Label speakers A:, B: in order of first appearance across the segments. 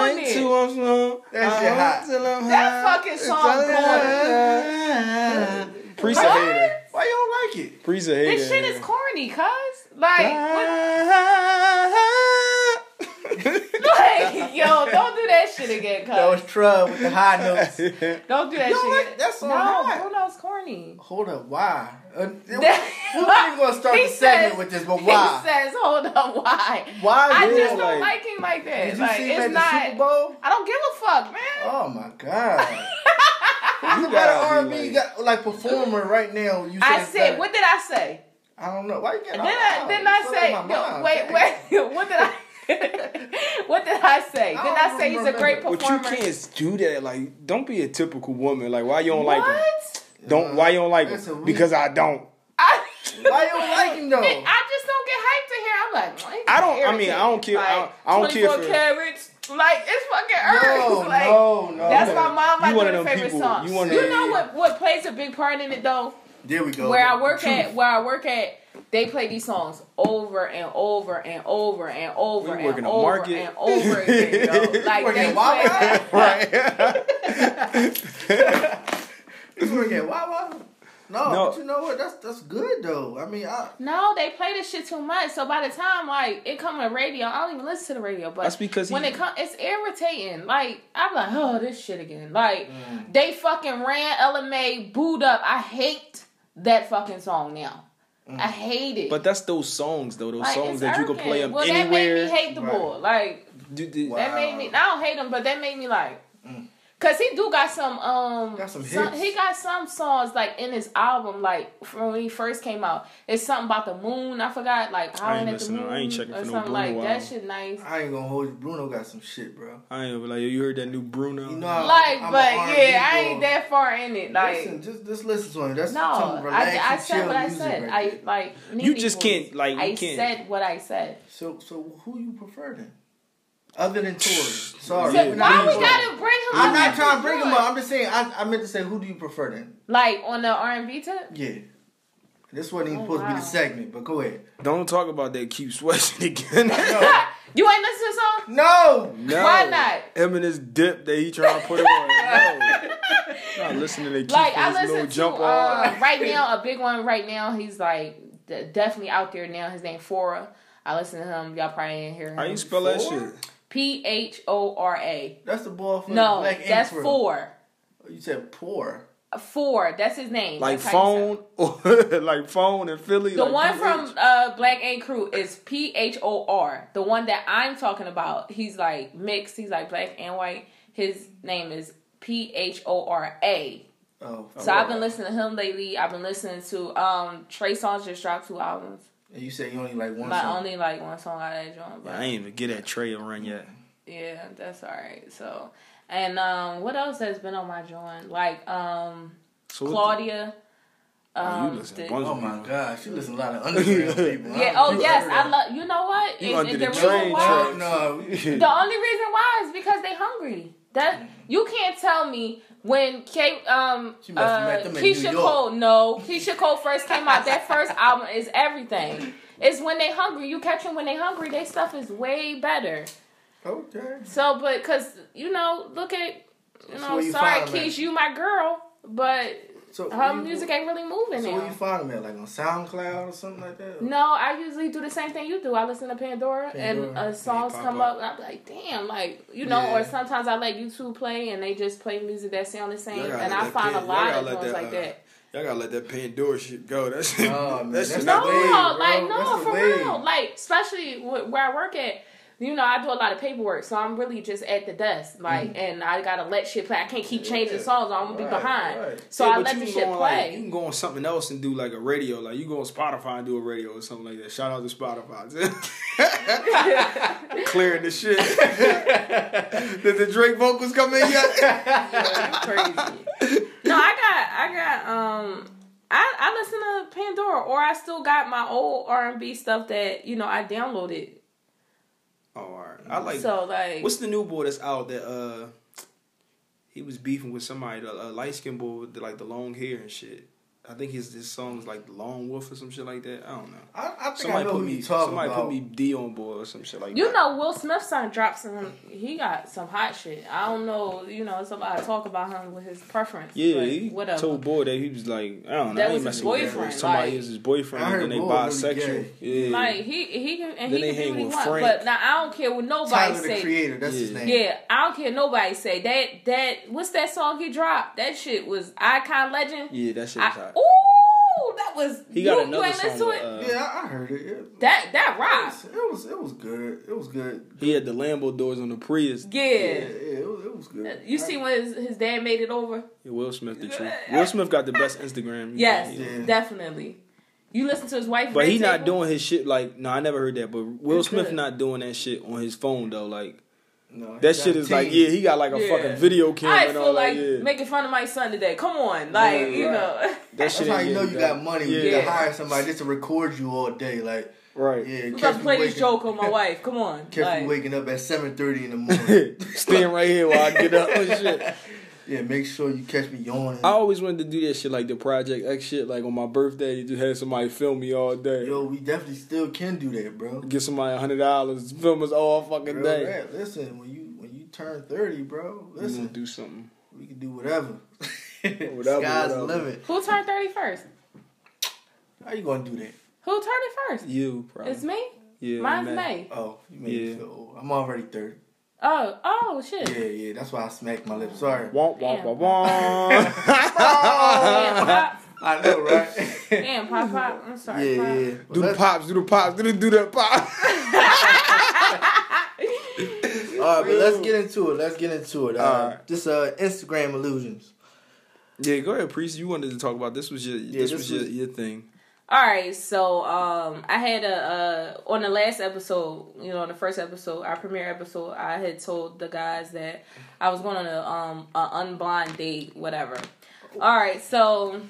A: I'm slow.
B: That shit
A: I'm
B: hot.
A: Till I'm
C: That
A: high.
C: fucking song
A: It's- Priest a hater.
B: Why you don't like it?
A: Priest a hater.
C: This shit is corny, cuz. Like, what- like, yo, don't do that shit again,
B: That was
C: cuz.
B: Trub with the high notes.
C: Don't do that
B: You don't
C: shit.
B: like
C: again.
B: that song,
C: No,
B: why?
C: who knows corny?
B: Hold up, why? Uh, we
C: That-
B: ain't gonna start
C: He
B: the segment
C: says-
B: with this, but
C: He
B: why?
C: says, hold up, why?
B: Why?
C: I
B: yeah,
C: just don't
A: like-
C: like, him like that.
B: Did you
C: like,
B: see him
C: it's
B: at
C: not.
B: the Super Bowl?
C: I don't give a fuck, man.
B: Oh my god! you got
A: gotta
B: an
A: be
B: R&B
A: like-
B: got like performer right now. You said Oh,
C: I
B: it's
C: said,
B: better.
C: what did I say?
B: I don't know. Why you got
C: Did I? Didn't I say? Yo, wait, wait. What did I? what did I say? Did
B: I
C: I,
B: don't
C: say he's a
B: remember.
C: great
A: But
C: performer?
A: you can't do that. Like, don't be a typical woman. Like, why you don't
C: what?
A: like him? Don't why you don't like
B: That's a
A: him?
B: weak-
A: Because I don't.
C: I,
B: Why you don't like him, though?
C: I just don't get hyped to here. I'm like, "Mwah, he's
A: I don't- I mean,
C: irritating."
A: I don't care- I-
C: Like,
A: I don't care
C: 24
A: for-
C: carrots. Like it's fucking earth.
B: No,
C: like,
B: no, no.
C: That's
A: one
C: my mom.
A: of-
C: My
A: you one of
C: favorite
A: them people-
C: songs.
A: you
C: You,
A: one of them-
C: know what? What plays a big part in it though?
B: There we go.
C: where I work at, where I work at, they play these songs over and over and over and over
A: We
C: and
A: work in a
C: over
A: market.
C: and over again. Yo. Like
B: work
C: they
B: at Wawa?
C: play,
B: You work at Wawa? No,
A: No.
B: but you know what? That's that's good though. I mean, I,
C: no, they play this shit too much. So by the time like it come to radio, I don't even listen to the radio. But
A: That's because he-
C: when it come, it's irritating. Like I'm like, oh, this shit again. Like they fucking ran LMA booed up. I hate that fucking song now. I hate it.
A: But that's those songs though. Those
C: Like,
A: songs
C: it's
A: that you can
C: irking.
A: play them
C: well,
A: anywhere.
C: That made me hate the
B: Right.
C: boy. Like
A: Do- do-
B: Wow.
C: That made me. I don't hate him, but that made me like, cause he do got some. Um,
B: Mm. Got some hits.
C: he got some songs like in his album, like from when he first came out. It's something about the moon. I forgot, like
A: I ain't
C: howling at the
A: listening.
C: moon
A: I ain't checking
C: or
A: for no
C: something
A: Bruno
C: like that.
A: album.
C: Shit nice.
B: I ain't gonna hold you. Bruno got some shit, bro.
A: I ain't like yo, you heard that new Bruno.
B: You know I-
C: Like,
B: I'm a
C: but
B: R&B
C: yeah, I
B: boy.
C: ain't that far in it. Like,
B: listen, just just listen to him. That's
C: no,
B: some relaxing,
C: I, I said
B: chill
C: what I
B: music
C: said.
B: right
C: I like.
A: You
C: Nene
A: just
C: voice.
A: can't, like, you
C: I
A: can't-
C: said what I said.
B: So so who you prefer then? Other than Tory. Sorry.
A: Yeah,
C: So why
A: Nene
C: we
A: voice.
C: gotta bring him?
B: I'm
C: up
B: not
C: after
B: trying to bring him
C: Floyd?
B: up. I'm just saying I, I meant to say who do you prefer then?
C: Like on the R and B tip.
B: Yeah. This wasn't even
C: Oh,
B: supposed to be
C: wow.
B: the segment, but go ahead.
A: Don't talk about that keep sweating again.
B: No.
C: You ain't listen to the song.
B: no!
A: No.
C: Why not?
A: Him and his dip that he trying to put on. No. Not listening to Keith
C: like
A: and
C: I
A: his little
C: listen to
A: jump
C: uh,
A: on.
C: right now a big one right now. He's like de- definitely out there now. His name Fora. I listen to him. Y'all probably ain't hear
A: How you
C: him.
A: spell that
B: Four?
A: shit?
C: P H O R A.
B: That's the ball for
C: No,
B: the black Ink
C: that's
B: Crew.
C: four.
B: You said poor.
C: Four. That's his name.
A: Like
C: That's how you say
A: phone, or like phone in Philly.
C: it. The
A: like
C: one
A: PH.
C: from uh, Black Ain't Crew is P H O R. The one that I'm talking about, he's like mixed. He's like black and white. His name is P H O R A.
B: Oh.
C: So I've been listening to him lately. I've been listening to um Trey Songz just dropped two albums.
B: And you said you only like one
C: But
B: song.
C: only like one song out of that joint. But
A: I ain't even get that tray a run yet.
C: yeah, that's alright. So and um what else has been on my joint? Like um
A: So what-
C: Claudia.
A: Oh, you
C: Um,
A: listen
C: the-
A: to bunch
B: Oh
A: of
B: my
A: people.
B: gosh, you listen to a lot of underground people.
C: yeah,
B: don't
C: oh
B: know.
C: yes, I love you know what?
A: You
C: And-
A: under
C: and
A: the
C: the
A: train
C: reason why
A: tracks.
B: No, no,
C: the only reason why is because they hungry. That you can't tell me when K, um
B: She must have
C: uh,
B: met them in New
C: Keisha
B: York.
C: Cole no Keisha Cole first came out that first album is everything. It's when they hungry. You catch them when they hungry. They stuff is way better.
B: okay.
C: So, but because you know, look at you
B: So
C: know,
B: where you
C: sorry,
B: find 'em at?
C: Keish, you my girl, but
B: So
C: her
B: where you-
C: music ain't really moving
B: So
C: now.
B: where you find them at? Like on SoundCloud or something like that?
C: No, I usually do the same thing you do. I listen to Pandora, and
B: Pandora.
C: uh, songs
A: They pop
C: come up,
A: up.
C: and I'm like, damn, like you know. Or
B: Yeah.
C: sometimes I let YouTube play, and they just play music that sound the same,
A: Y'all gotta
C: and
A: let
C: I
A: that
C: find
A: pan-
C: a
A: y'all
C: lot
A: gotta
C: of
A: let
C: songs
A: that,
C: like
A: uh,
C: that.
A: Y'all gotta let that Pandora shit go. That shit.
B: Oh, man,
A: that
B: that's
A: shit
B: not
C: No,
A: not
B: the way.
A: good.
B: bro.
C: like no,
B: That's the
C: for
B: wave.
C: real, like especially wh- where I work at. You know, I do a lot of paperwork, so I'm really just at the desk, like, and I gotta let shit play. I can't keep changing
B: Yeah.
C: songs; or I'm gonna be
B: Right,
C: behind.
B: right.
C: So
A: Yeah,
C: I
A: but
C: let
A: you
C: the
A: can
C: shit
A: go on, like, you
C: play.
A: can go on something else and do like a radio. Like you go on Spotify and do a radio or something like that. Shout out to Spotify. Clearing the shit. Did the Drake vocals come in yet?
C: crazy. No, I got I got um I, I listen to Pandora or I still got my old R and B stuff that, you know, I downloaded.
A: oh, all right. I like.
C: so like
A: what's the new boy that's out that uh he was beefing with somebody, the uh, light skinned boy with the, like the long hair and shit. I think his his song is like Lone Wolf or some shit like that. I don't know.
B: I, I think
A: Somebody
B: I know
A: put
B: who
A: me
B: you talking
A: somebody
B: about.
A: put me D on board or some shit like
C: You
A: that.
C: know, Will Smith's son dropped some. He got some hot shit. I don't know. You know, somebody talk about him with his preference.
A: Yeah,
C: but
A: he
C: whatever.
A: told boy that he was like, I don't know,
C: That
A: I ain't
C: was his
A: messing with that.
C: boyfriend,
A: Somebody
C: like-
A: is his boyfriend,
B: I
A: and
B: heard
A: then they
B: Boy really
A: bisexual.
B: gay.
A: yeah,
C: like he he can and
A: Then
C: he
A: they
C: can do
A: hang
C: what he
A: with
C: wants.
A: Frank.
C: But now I don't care what nobody
B: Tyler the
C: say.
B: Creator. That's his
A: Yeah.
B: name.
C: Yeah, I don't care nobody say that that what's that song he dropped? That shit was icon legend.
A: yeah, that shit was
C: I,
A: hot.
C: ooh, that was
A: He got
C: you, you
A: another
C: ain't listen
A: song.
C: to
A: with,
C: it.
A: uh,
B: Yeah, I I heard it. It,
C: that that
B: it
C: rocks.
B: was, it was it was good. It was good.
A: He had the Lambo doors on the Prius.
C: Yeah. Uh,
B: Yeah, yeah it, was, it was good.
C: You see when his, his dad made it over?
A: Yeah, Will Smith, the truth. Will Smith got the best Instagram. You
C: Yes,
A: know, you know.
B: Yeah.
C: definitely. You listen to his wife,
A: But he
C: Red
A: not
C: Table?
A: doing his shit like no, I never heard that. But Will
C: You
A: Smith
C: could.
A: not doing that shit on his phone though. Like
B: No, he
A: that
B: got
A: shit
B: a
A: is like
B: team.
A: yeah, he got like a
C: Yeah.
A: fucking video camera.
C: I
A: and
C: feel
A: all
C: like
A: that, yeah.
C: making fun of my son today. Come on, like
A: Yeah,
C: you
A: right.
C: know,
A: that
B: That's how
A: ain't
B: you know
A: getting
B: you
A: done.
B: got money.
A: Yeah,
B: You
C: Yeah.
B: can hire somebody just to record you all day. Like,
A: right.
B: yeah,
C: I'm
B: catch
C: gonna
B: me
C: play this
B: waking-
C: joke on my wife. Come on,
B: Catch me
C: like,
B: waking up at seven thirty in the morning.
A: Stand right here while I get up and shit.
B: yeah, make sure you catch me yawning.
A: I always wanted to do that shit like the Project X shit. Like on my birthday, you just had somebody film me all day.
B: Yo, we definitely still can do that, bro.
A: Get somebody a hundred dollars, film us all fucking
B: Real
A: day.
B: rap. Listen, when you when you turn thirty, bro,
A: We gonna
B: listen,
A: do something.
B: we can do whatever.
A: Whatever,
B: Sky's
A: whatever.
B: the limit.
C: who turned thirty first?
B: How you gonna do that?
C: Who turned it first?
A: You probably.
C: It's me.
A: yeah,
C: Mine's
A: man.
C: May.
B: Oh, you made me
A: Yeah.
B: feel old. I'm already thirty.
C: Oh, oh shit.
B: Yeah, yeah. That's why I smacked my lips. Sorry.
A: Womp womp
C: Damn.
A: womp womp.
C: Oh, Damn, pop.
B: I know, right? yeah,
C: Damn, pop, pop. I'm sorry.
B: yeah.
C: pop.
B: Well,
A: Do the
B: let's-
A: pops, do the pops, do the do the pop.
B: All right, but let's get into it. Let's get into it. Uh,
A: All right.
B: This uh, Instagram illusions.
A: yeah, go ahead, priest. You wanted to talk about this was your this,
B: this
A: was, your,
B: was-
A: your thing.
C: All right, so um, I had a uh, on the last episode, you know, on the first episode, our premiere episode, I had told the guys that I was going on a um a unblind date, whatever. All right, so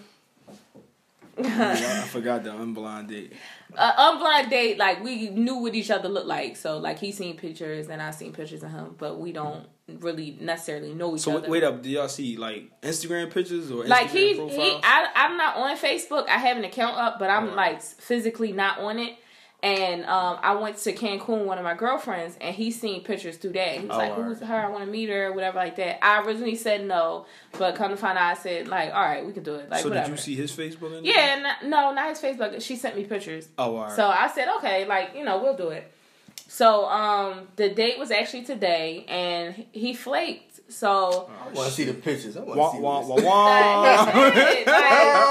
A: I forgot the unblind date.
C: uh, unblind date, like we knew what each other looked like. So like he seen pictures and I seen pictures of him, but we don't really necessarily know each
A: So
C: other.
A: wait, wait up, do y'all see like Instagram pictures or Instagram
C: like he, he
A: profiles?
C: I, I'm not on Facebook. I have an account up, but I'm
A: Alright.
C: like physically not on it. And um, I went to Cancun, with one of my girlfriends, and he seen pictures through that. He was
A: Oh,
C: like,
A: alright.
C: "Who's her? I want to meet her, whatever, like that." I originally said no, but come to find out, I said like, "All right, we can do it." Like,
A: so
C: whatever.
A: did you see his Facebook? In
C: Yeah, not, no, not his Facebook. She sent me pictures.
A: Oh, all right.
C: So I said, okay, like, you know, we'll do it. So um the date was actually today and he flaked. So
B: I
A: Oh,
B: want to see the pictures. I want
A: Wah,
B: to see
A: wah,
B: this.
A: wah,
C: like,
A: wah.
C: he flaked,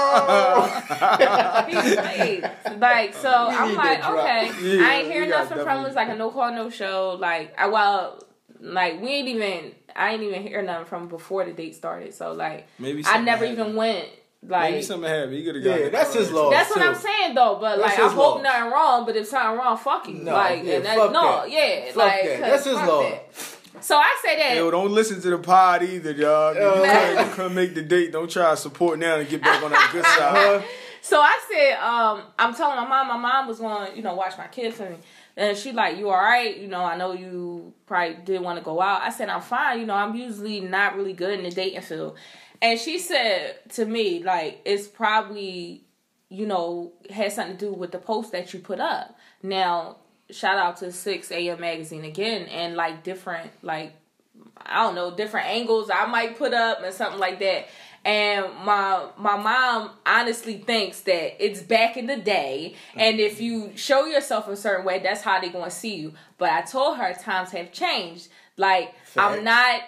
C: like, he flaked. Like, so
B: We
C: I'm
B: need
C: like,
B: that drop.
C: okay.
A: Yeah,
C: I ain't hear
A: we got
C: nothing from
A: double-
C: him. It's like a no call, no show. Like I well like we ain't even I ain't even hear nothing from before the date started. So like
A: Maybe
C: I
A: something
C: never
A: happened.
C: even went like
A: Maybe something happened. He could have got
B: Yeah, that's his law.
C: That's what
B: too.
C: I'm saying though, but
B: That's
C: like I
B: his
C: hope
B: law.
C: nothing wrong, but if something wrong, fuck you.
B: No,
C: like
B: yeah,
C: and that,
B: fuck
C: no,
B: that.
C: yeah,
B: Fuck
C: like
B: that.
C: cause
B: That's his
C: fuck
B: law.
C: that. So I say that
A: Yo, don't listen to the pod either, dog.
B: Uh.
A: You couldn't- you couldn't make the date. Don't try to support now and get back on that good side.
C: So I said, um, I'm telling my mom, my mom was going, to you know, watch my kids for me. And she like, you all right? You know, I know you probably didn't want to go out. I said, I'm fine. You know, I'm usually not really good in the dating field. And she said to me, like, it's probably, you know, had something to do with the post that you put up. Now, shout out to 6 AM Magazine again and like different, like, I don't know, different angles I might put up and something like that. And my my mom honestly thinks that it's back in the day, and if you show yourself a certain way, that's how they're gonna see you. But I told her times have changed. Like I'm
B: Facts.
C: not,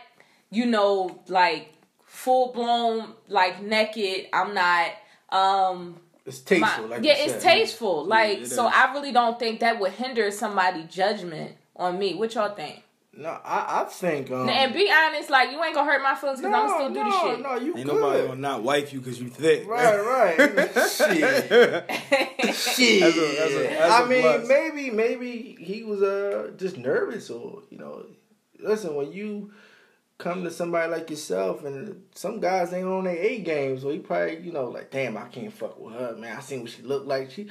C: you know, like full blown, like naked. I'm not. um
B: It's
C: my-
B: tasteful. like
C: yeah,
B: you
C: it's
B: said.
C: tasteful. like,
A: it
C: so
A: is.
C: I really don't think that would hinder somebody' judgment on me. What y'all think?
B: No, I, I think. Um,
C: and be honest, like you ain't gonna hurt my feelings because I'm still do the shit.
B: No, you
A: Ain't
B: good.
A: nobody gonna not wife you because you thick.
B: Right, right. Shit. Shit.
A: That's a- that's a- that's
B: I
A: a
B: mean,
A: plus.
B: maybe, maybe he was uh just nervous or you know, listen when you come to somebody like yourself and some guys ain't on their A game, so he probably you know like damn I can't fuck with her man. I seen what she looked like. She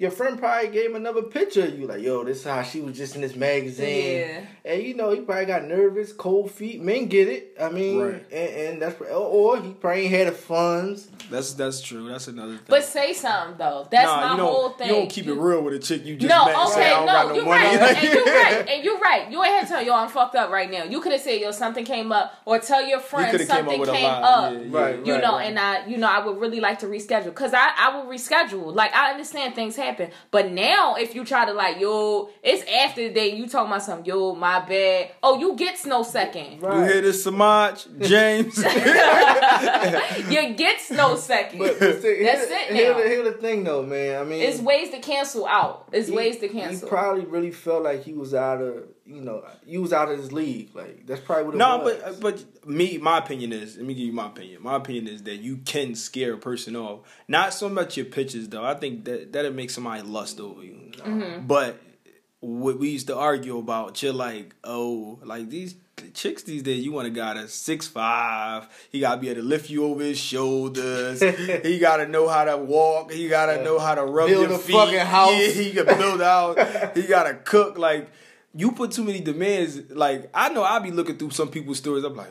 B: your friend probably gave him another picture of you. Like, yo, this is how she was just in this magazine.
C: Yeah.
B: And you know, he probably got nervous, cold feet. Men get it. I mean,
A: Right.
B: and, and that's or he probably ain't had the funds.
A: That's that's true. That's another thing.
C: But say something though. That's my
A: you don't,
C: whole thing.
A: You don't keep it real with a chick. You just met
C: no,
A: and say,
C: okay,
A: I don't
C: no,
A: got
C: you're
A: no money.
C: right, and you're right, and you're right. You ain't had to tell yo, I'm fucked up right now. You could have said yo, something came up, or tell your
A: you
C: friend
A: could have came
C: something
A: up with
C: came
A: a lie.
C: up.
A: Yeah, yeah,
B: Right,
C: you
B: right,
C: know,
B: right.
C: and I, you know, I would really like to reschedule because I, I will reschedule. Like I understand things happen, but now if you try to like, yo, it's after the day. You talking about something, yo, my bad. Oh, you gets no second.
A: You hear this, Samaj, James?
C: You gets no second.
B: But, but see,
C: That's
B: here,
C: it
B: Here,
C: now.
B: the, here the thing though, man. I mean,
C: it's ways to cancel out. It's
B: he-
C: ways to
B: He
C: cancel.
B: probably really felt like he was out of you know he was out of his league. Like that's probably what it
A: no,
B: was.
A: but uh, but me, my opinion is. Let me give you my opinion. My opinion is that you can scare a person off. Not so much your pitches, though. I think that that'll make somebody lust over you. But what we used to argue about, you're like, oh, like these chicks these days, you want a guy that's six five. He gotta be able to lift you over his shoulders. he gotta know how to walk. He gotta know how to rub
B: Build
A: your
B: a
A: feet.
B: fucking house.
A: Yeah, he can build out. he gotta cook. Like you put too many demands. Like I know I be looking through some people's stories. I'm like,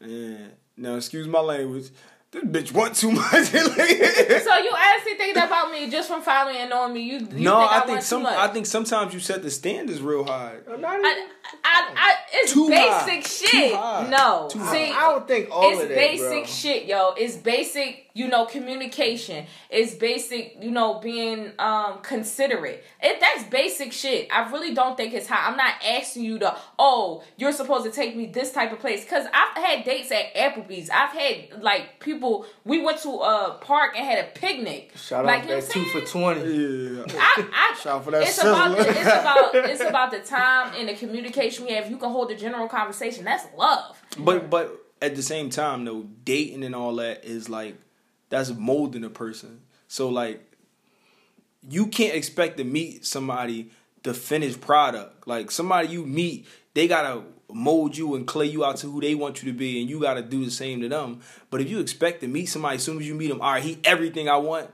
A: man, now excuse my language. This bitch want too much. Like-
C: so you honestly think that about me just from following and knowing me? You, you
A: no,
C: think I,
A: I,
C: want
A: think
C: too
A: some.
C: much?
A: I think sometimes you set the standards real high.
B: I'm not
C: I,
B: even-
C: I, I, it's
A: Too high.
C: basic
A: Too
C: shit.
A: high.
C: No,
A: Too high.
C: see,
B: I don't think all
C: it's
B: of that,
C: basic
B: bro.
C: shit, yo. It's basic, you know, communication. It's basic, you know, being um considerate. It that's basic shit. I really don't think it's high. I'm not asking you to, oh, you're supposed to take me this type of place. Cause I've had dates at Applebee's. I've had like people. We went to a park and had a picnic.
B: Shout
C: like, you
B: out
C: know
B: that
C: what
B: two
C: I'm
B: for
C: saying?
B: twenty.
A: Yeah.
C: I, I,
A: Shout out for that
C: it's about the,
A: sizzler.
C: it's about it's about the time and the communication we have. You can hold a general conversation. That's love.
A: But but at the same time though, dating and all that is like that's molding a person. So like you can't expect to meet somebody the finished product. Like somebody you meet, they gotta mold you and clay you out to who they want you to be, and you gotta do the same to them. But if you expect to meet somebody as soon as you meet them, all right, he everything I want.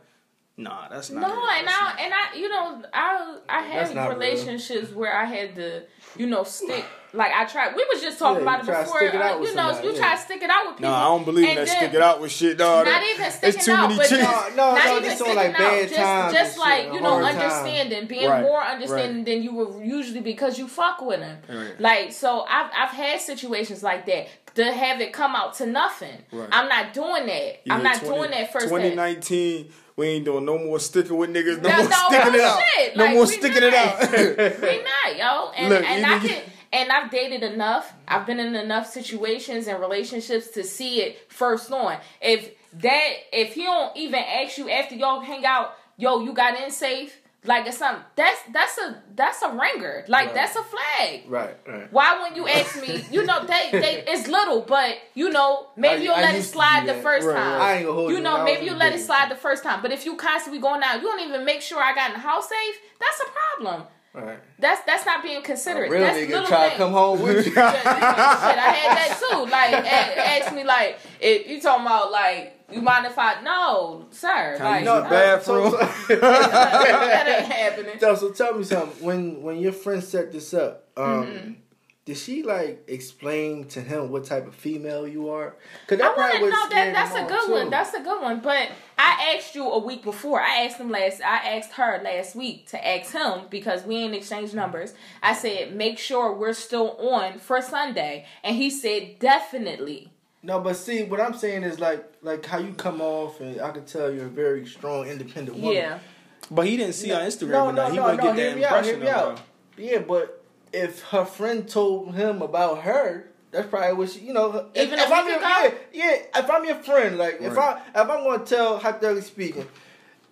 A: Nah, that's
C: No,
A: not.
C: and
A: it. That's
C: I and I you know I I
B: That's not
C: had
B: real.
C: relationships where I had to you know stick like I tried. We was just talking
B: Yeah, you
C: about
B: try
C: it
B: to
C: before.
B: stick it
C: uh,
B: out with
C: you know,
B: somebody,
C: you
B: yeah.
C: try to stick it out with people.
A: No, I don't believe
C: And
A: that
C: then-
A: stick it out with shit, dog.
C: Not even sticking
A: too
C: out,
A: many
C: but
A: chicks.
C: just-
B: No, no,
C: not
B: no,
C: even
B: this on,
C: sticking
B: like,
C: out.
B: bad
C: just,
B: times and
C: just
B: shit,
C: like you know,
B: hard times.
C: understanding, being
A: Right,
C: more understanding than you were usually because you fuck with him.
A: Right.
C: Like so, I've I've had situations like that to have it come out to nothing.
A: Right.
C: I'm not doing that. I'm
A: Yeah,
C: not
A: 20
C: doing that first. hand.
A: 2019, we ain't doing no more sticking with niggas. No,
C: No,
A: more
C: no,
A: sticking
C: no
A: it out.
C: shit.
A: No
C: Like,
A: more
C: we
A: sticking it
C: not.
A: out.
C: We not, yo. And
A: Look,
C: and
A: you
C: I
A: need-
C: can and I've dated enough. I've been in enough situations and relationships to see it first on. If that if he don't even ask you after y'all hang out, yo, you got in safe, like it's something that's that's a that's a ringer. Like
B: Right.
C: that's a flag.
B: Right, right.
C: Why wouldn't you ask me? You know, they, they it's little, but you know, maybe
B: I-
C: you'll
B: I
C: let it
B: used to
C: slide
B: do
C: the
B: that.
C: first
B: Right, right.
C: time.
B: I ain't gonna hold
C: you
B: you.
C: know,
B: I
C: maybe
B: was
C: you
B: a
C: let it
B: baby.
C: slide the first time. But if you constantly going out, you don't even make sure I got in the house safe. That's a problem.
B: Right.
C: That's that's not being considerate.
B: Real
C: that's
B: nigga
C: little
B: try to
C: things.
B: come home with you.
C: Shit, I had that too. Like, a- ask me like, if you talking about like, you mind if I? No, sir.
A: I
C: Like,
A: use the
C: no,
A: bathroom?
B: so-
C: that ain't happening.
B: so, so tell me something. When when your friend set this up, um,
C: Mm-hmm.
B: did she like explain to him what type of female you are? Cause
C: I want
B: probably
C: to
B: would
C: know
B: scare
C: that. That's
B: them
C: a
B: off,
C: good one.
B: too.
C: That's a good one. But I asked you a week before. I asked him last. I asked her last week to ask him because we ain't exchanged numbers. I said, make sure we're still on for Sunday, and he said definitely.
B: no, but see, what I'm saying is like like how you come off, and I can tell you're a very strong, independent woman.
C: Yeah.
A: but he didn't see on Instagram. No, no, he wouldn't get
B: hear
A: that
B: me out, hear
A: impression
B: me
A: of
B: out. Yeah, but if her friend told him about her, that's probably what she, you know. if-
C: Even
B: if,
C: a
B: I'm
C: week
B: your, yeah,
C: ago?
B: yeah, if I'm your friend, like if I
A: Right.
B: if I'm gonna tell hypothetically speaking,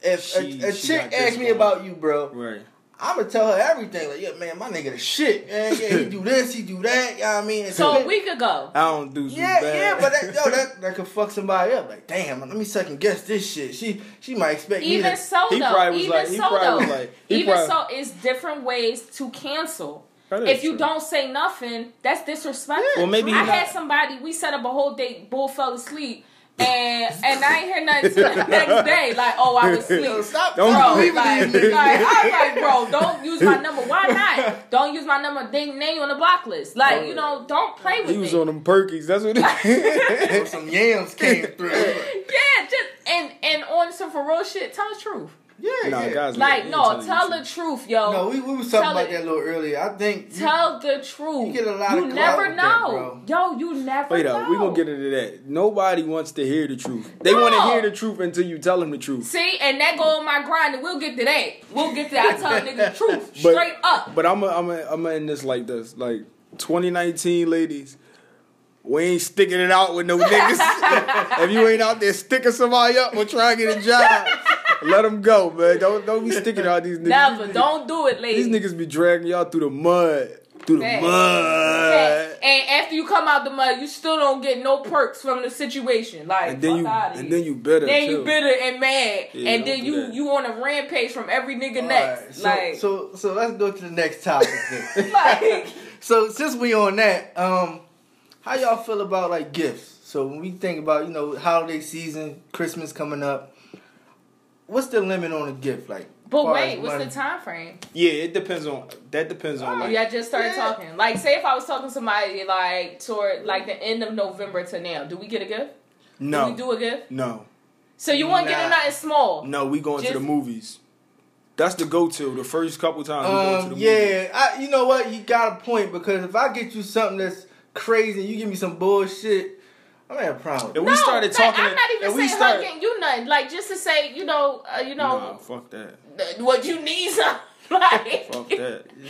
B: if
A: She-
B: a, a
A: she
B: chick
A: got this
B: asks me
A: one.
B: about you, bro,
A: Right.
B: I'm gonna tell her everything. Like, yeah, man, my nigga, the shit, man. Yeah, he do this, he do that. Yeah, I mean, and
C: So a
B: then-
C: week ago.
A: I don't do too
B: yeah,
A: bad.
B: yeah, but that, yo, that that could fuck somebody up. Like, damn, let me second guess this shit. She she might expect me
C: Even
B: to,
C: so,
A: He
C: though,
A: probably was
C: even
A: like- he
C: so,
A: probably
C: though,
A: was like- he
C: even
A: probably-
C: so, it's different ways to cancel.
A: That is
C: If you
A: true.
C: don't say nothing, that's disrespectful.
A: Well, maybe
C: I
A: he not-
C: had somebody. We set up a whole date. Bull fell asleep. and and I ain't hear nothing till the next day. Like, oh, I was asleep.
B: Stop.
C: Bro,
A: Don't
C: like,
A: believe
C: like,
A: these niggas.
C: I'm like, bro, don't use my number. Why not? Don't use my number. Ding, name you on the block list. Like, you know, don't play with
A: Oh, He was
C: me.
A: on them perkies. That's what. It
B: Or some yams came through.
C: yeah, just and and on some for real shit. Tell the truth.
B: Yeah,
A: Nah,
B: yeah.
A: guys,
C: Like,
A: we
C: no,
A: ain't telling
C: tell
A: you
C: the truth, yo.
B: No, we, we was
C: Tell
B: talking about
C: it.
B: that a little earlier. I think you-
C: Tell the truth.
B: You get a lot of clout
C: never
B: with that,
C: know, yo. You never.
A: Wait
C: know.
A: up, we're gonna get into that. Nobody wants to hear the truth. They want to
C: No.
A: hear the truth until you tell them the truth.
C: See, and that go on my grind, and we'll get to that. We'll get to that. I tell niggas the truth
A: But-
C: straight up.
A: But I'm a, I'm a, I'm in this like this. Like 2019, ladies, we ain't sticking it out with no niggas. if you ain't out there sticking somebody up or trying to get a job, let them go, man. Don't don't be sticking out these niggas.
C: Never. Don't do it, ladies.
A: These niggas be dragging y'all through the mud, through the
C: Facts.
A: mud.
C: and after you come out the mud, you still don't get no perks from the situation. Like,
A: And then you
C: outta
A: and
C: here.
A: then you bitter.
C: Then you
A: too.
C: bitter and mad,
A: Yeah,
C: and
A: don't
C: then
A: do
C: you
A: that.
C: you on a rampage from every nigga
B: All
C: next.
B: right,
C: like,
B: so, so so let's go to the next topic. Then.
C: like,
B: so since we on that, um, how y'all feel about like gifts? So when we think about you know holiday season, Christmas coming up, what's the limit on a gift? Like,
C: but
B: far
C: wait,
B: as
C: what's
B: money?
C: the time frame?
A: Yeah, it depends on that depends on
C: Oh,
A: like
C: yeah, I just started
B: Yeah.
C: talking. Like, say if I was talking to somebody like toward like the end of November to now, do we get a gift?
A: no
C: Do we do a gift?
A: no
C: So you won't get
B: Nah.
C: a nothing small.
A: no we going to
C: Just-
A: the movies. That's the go to. The first couple times we go to
B: Um,
A: the movies.
B: yeah, I, you know what? You got a point because if I get you something that's crazy, and you give me some bullshit, I'm gonna have a problem.
A: And we started
C: like,
A: talking.
C: I'm not even
A: and
C: saying
A: we
C: her
A: started.
C: getting you nothing. Like just to say, you know, uh, you
A: Nah,
C: know,
A: fuck that.
C: th- what you need. Something. Like,
A: Fuck that.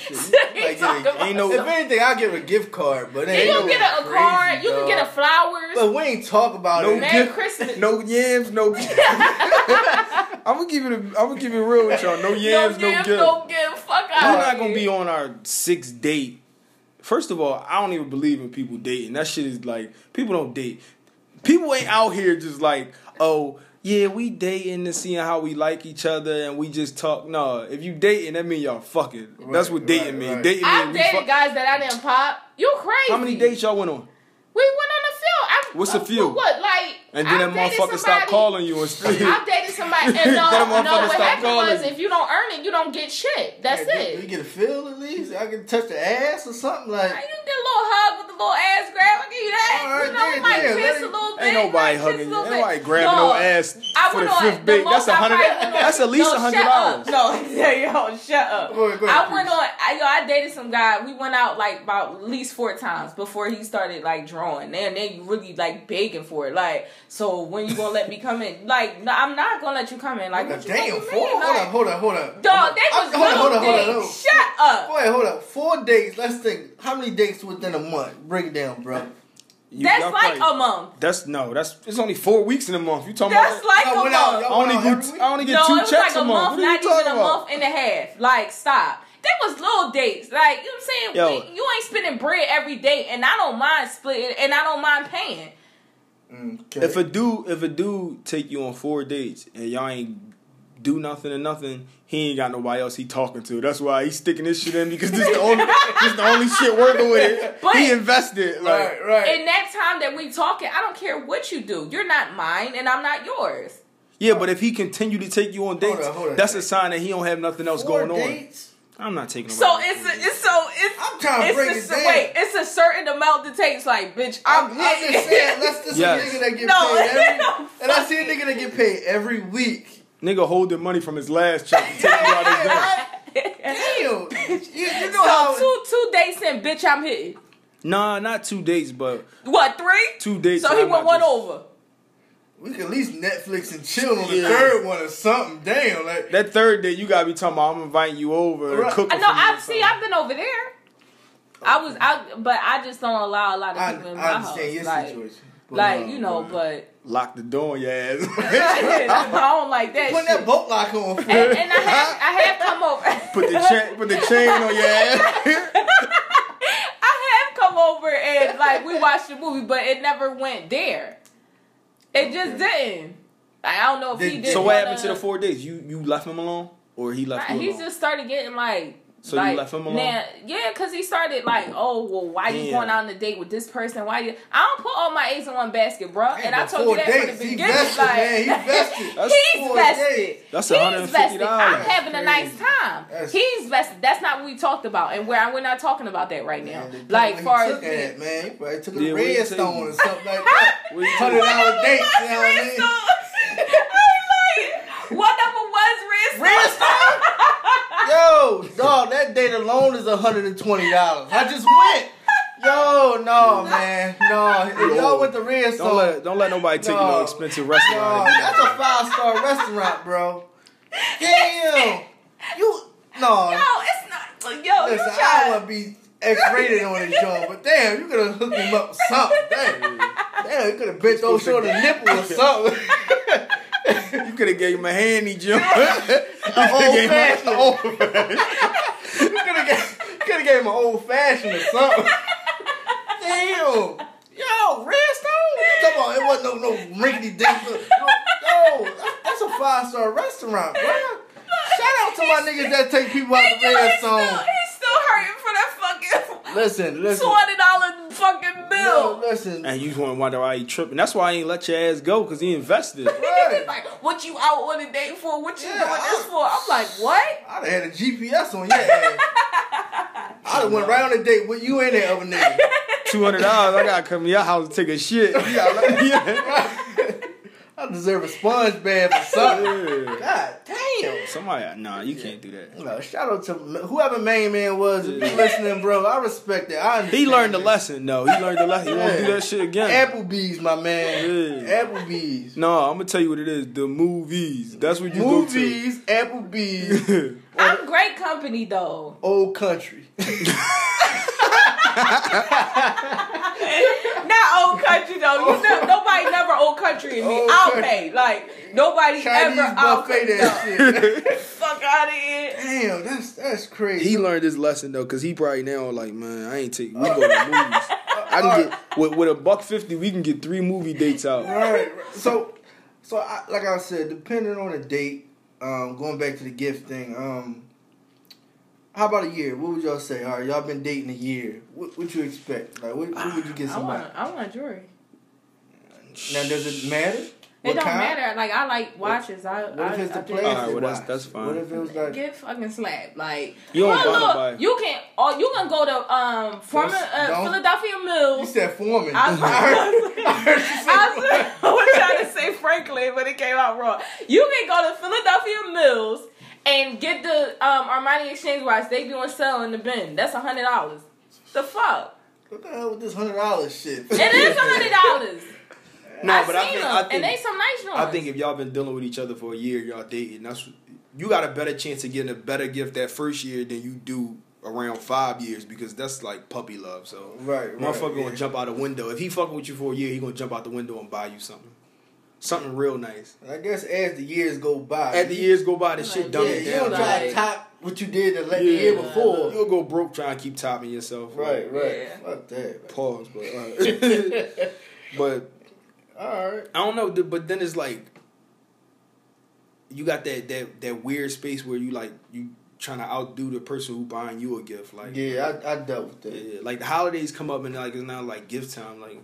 B: Like,
C: Talk
B: yeah,
C: about
A: ain't no-
B: if anything, I'll give a gift card, but it
C: You
B: ain't
C: gonna
B: no
C: get a, a
B: crazy,
C: card. You can
B: dog.
C: get a flowers.
B: But we ain't talk about
A: No
B: it.
A: gift.
C: Merry Christmas.
A: No yams, no. I'm gonna give it. A, I'm gonna give it real with y'all. No yams, no,
C: gift,
A: gift.
C: no gift. Fuck out.
A: We're not gonna be on our sixth date. First of all, I don't even believe in people dating. That shit is like people don't date. People ain't out here just like, oh yeah, we dating and seeing how we like each other and we just talk. No, if you dating, that mean y'all fucking. That's what
B: Right,
A: dating
B: right,
A: mean.
B: right.
A: Dating mean
C: I've
A: we
C: dated
A: fuck-
C: guys that I didn't pop. You crazy?
A: How many dates y'all went on?
C: We went on a few. I,
A: What's a
C: uh,
A: few?
C: What like?
A: And then
C: I've
A: that
C: dated
A: motherfucker
C: somebody-
A: stopped calling you and still.
C: I've dated somebody. And no,
A: That motherfucker
C: no. What
A: stopped
C: happened was,
A: calling.
C: if you don't earn it, you don't get shit. That's
B: Yeah,
C: it.
B: do You get a feel at least. I can touch the ass or something like.
C: Like, You get a little hug with a little ass grab. I give you that.
B: All right,
C: you know,
B: yeah,
C: like
B: yeah,
C: kiss
B: let
C: a
B: it-
C: little bit.
A: Ain't nobody
C: like,
A: hugging
C: kiss
A: you.
C: a little
A: Ain't
C: bit.
A: nobody grabbing no,
C: Dog,
A: ass
C: I
A: for
C: went
A: the
C: on
A: fifth bait. That's
C: most
A: a
C: I
A: hundred.
C: probably went on-
A: That's at least
C: No,
A: a hundred
C: shut up.
A: dollars.
C: No, yeah, yo, shut up.
B: Go ahead, go ahead,
C: I went on. I, yo, I dated some guy. We went out like about at least four times before he started like drawing. And then you really like begging for it. Like, so when you gonna let me come in? Like, no, I'm not gonna let you come in. Like,
B: Like
C: what
B: a
C: you
B: damn
C: fucking
B: four.
C: mean?
B: Hold
C: Like,
B: up, hold up, hold up.
C: Dog, that
B: I-
C: was little things. Shut up.
B: Wait, hold up. Four dates. Let's think. How many dates within a month? Break it down, bro.
A: You-
C: That's
A: y'all
C: like
A: probably-
C: a month.
A: That's no. That's it's only four weeks in a month. You talking
C: That's
A: about?
C: like
B: Y'all
C: a
B: went out,
C: month.
A: I
B: y'all-
A: only
B: Hold on,
A: get
B: every
A: I only get
C: No,
A: two
C: it was
A: checks
C: like a month,
A: What are you
C: not
A: talking
C: even a
A: about?
C: month and a half. Like, stop. That was little dates. Like, you know what I'm
A: Yo.
C: saying? We- you ain't spending bread every day, and I don't mind splitting, and I don't mind paying.
B: Okay.
A: Mm, If a dude if a dude take you on four dates and y'all ain't do nothing and nothing, he ain't got nobody else he talking to. That's why he's sticking this shit in because this the only this the only shit working with it.
C: But-
A: he invested like
B: right, right.
C: In that time that we talking, I don't care what you do. You're not mine, and I'm not yours.
A: yeah. But if he continue to take you on dates,
B: on, hold on.
A: that's a sign that he don't have nothing else
B: four
A: going
B: dates.
A: on. I'm not taking.
C: So
A: nobody on
C: it's
A: four
C: a,
A: dates.
C: it's so it's
B: I'm trying to
C: it's
B: break
C: a
B: it
C: cer-
B: down.
C: wait. It's a certain amount that takes. Like, bitch, I'm,
B: I'm not just saying. Let's just
A: Yes.
B: a nigga that get
C: No.
B: paid every. And I see a nigga that get paid every week.
A: nigga holding money from his last check to take you out his date.
B: Damn. You, you know
C: so
B: how.
C: two two dates in, bitch, I'm hitting.
A: Nah, not two dates, but
C: What three?
A: two dates.
C: So he
A: I'm
C: went
A: not
C: one
A: just-
C: over.
B: we could at least Netflix and chill on the
A: Yeah.
B: third one or something. Damn, like
A: That third day, you gotta be talking about I'm inviting you over
B: Right.
A: and
C: I
A: cooking.
C: know.
A: for you or
C: I've see.
A: something.
C: I've been over there. I was out, but I just don't allow a lot
B: I,
C: of people in my
B: I
C: house.
B: understand your
C: like,
B: situation. But,
C: like
B: um,
C: you know, but
A: Lock the door on your ass.
C: I don't like that.
B: putting
C: shit.
B: that boat lock on for
C: and, and I have, I have come over.
A: put the chain, put the chain on your ass.
C: I have come over and like we watched the movie, but it never went there. It just didn't. Like, I don't know if he
B: Did-
C: did.
A: so what happened to
C: wanna-
A: the four days? You you left him alone, or he left you
C: He
A: alone?
C: just started getting like
A: So
C: like,
A: you left him alone.
C: Now, yeah, because he started like, oh, well, why you
A: Yeah.
C: going out on a date with this person? Why you? I don't put all my eggs in one basket, bro. and I
B: but
C: told
B: four
C: you that from
B: dates,
C: the
B: he
C: beginning.
B: vested,
C: like,
B: man, he vested.
A: That's
C: he's
B: four
C: vested.
B: days.
A: That's
C: he's
A: $150.
C: vested. I'm having a
B: Crazy.
C: nice time.
B: That's-
C: he's vested. That's not what we talked about, and where I, we're not talking about that right now.
B: Man, the
C: like,
B: dude,
C: far as
B: he took that, man, he probably took
A: Yeah,
B: a
A: where he
B: red
A: take
B: stone
A: you?
B: or something like that.
A: What you
B: Hundred
A: do?
B: dollar date, you know what I mean?
C: Redstone. I was like, what number was Redstone?
B: Yo, dog, that date alone is hundred and twenty dollars. I just went. Yo, no, man, no. If y'all went to red
A: Don't
B: stone,
A: let don't let nobody take you
B: No.
A: to an expensive
B: dog,
A: restaurant.
B: that's a five star restaurant, bro. Damn, you no.
C: Yo, it's not. Yo, you
B: listen, I
C: try.
B: would be X rated on this joint, but damn, you could have hooked him up with something. Damn, damn you could have bent those short the nipple or something.
A: you could have gave him a handy jump.
B: An old
A: gave him-
B: fashioned. old- You could have gave, coulda gave him an old fashioned or something. Damn. Yo, Redstone? Come on, it wasn't no, no rinkety dink. No, no, that- that's a five star restaurant, bro. Shout out to my niggas that take people out to
C: Yo, he's still,
B: Redstone.
C: he's still hurting for that fucking
B: Listen, listen.
C: twenty dollar fucking
B: Yo,
C: bill.
B: listen.
A: and you just want to wonder why he tripping. That's why I ain't let your ass go because he invested.
B: Right.
C: like, what you out on a date for? What you
B: Yeah,
C: doing this
B: I-
C: for? I'm like, what?
B: I'd have had a GPS on your ass. I'd have went right on a date with you and that other nigga.
A: Two hundred dollars. I gotta come to your house and take a shit.
B: Yeah, like-
A: Yeah.
B: I deserve a sponge band for something.
A: Yeah.
B: God damn.
A: Somebody, nah, you can't do that.
B: No, shout out to whoever main man was. If you listening, bro, I respect that. I understand.
A: He learned the
B: that.
A: lesson. No, he learned the lesson. He won't do that shit again.
B: Applebee's, my man.
A: Yeah.
B: Applebee's.
A: No, I'm gonna tell you what it is. The movies. That's what you
B: Movies, Applebee's,
A: go to.
C: I'm great company though.
B: old country.
C: Not old country though. You know, nobody never old country in me.
B: Oh. Old
C: I'll
B: country.
C: pay. Like nobody
B: Chinese
C: ever out.
B: buffet that
C: No,
B: shit.
C: fuck out of here.
B: Damn, that's that's crazy.
A: he learned his lesson though, cause he probably now like, man, I ain't take. We go to movies. I can get with, with a buck fifty. We can get three movie dates out.
B: right. right. So, so I, like I said, depending on the date, um, going back to the gift thing, um, how about a year? What would y'all say? All right, y'all been dating a year. What would you expect? Like, what, what would you get
C: I
B: somebody?
C: want. I want jewelry.
B: Now, does it matter?
C: It don't matter. Like I like watches. I
B: What
C: I,
B: if it's
C: I
B: the
C: do.
B: players?
A: All right,
B: that
A: well, that's-
B: watch?
A: that's fine.
B: What if it was like
C: Get fucking slapped. Like
A: You don't
C: look,
A: gotta
C: look,
A: buy it.
C: you can. Oh, you can go to um former uh,
B: Don't-
C: Philadelphia
B: you
C: Mills.
B: said foreman?
C: I was-
B: I heard, I heard you say
C: I
B: foreman.
C: was- I was trying to say Franklin, but it came out wrong. You can go to Philadelphia Mills and get the um, Armani Exchange watch they doing sale in the bin. That's a hundred dollars. The fuck?
B: What the hell with this hundred dollars shit?
C: It is a hundred dollars.
A: No,
C: I
A: but
C: seen
A: I think,
C: them,
A: I think
C: and they some nice ones.
A: I think if y'all been dealing with each other for a year, y'all dating, that's you got a better chance of getting a better gift that first year than you do around five years because that's like puppy love. So
B: Right, right,
A: motherfucker
B: yeah.
A: gonna jump out a window. If he fucking with you for a year, he gonna jump out the window and buy you something, something real nice.
B: I guess as the years go by,
A: As the years go by, the
C: Like,
A: shit
B: yeah,
A: dumb
B: you
A: it
B: don't
A: down.
B: try to
C: Like-
B: top what you did the, la- the
A: Yeah.
B: year before.
A: You'll go broke trying to keep topping yourself.
B: Right, right.
C: Yeah.
B: Fuck that.
A: Pause, but alright. but
B: All right.
A: I don't know, th- but then it's like you got that that that weird space where you like you trying to outdo the person who buying you a gift. Like
B: Yeah, I, I dealt with that.
A: yeah, like the holidays come up and like it's not like gift time. Like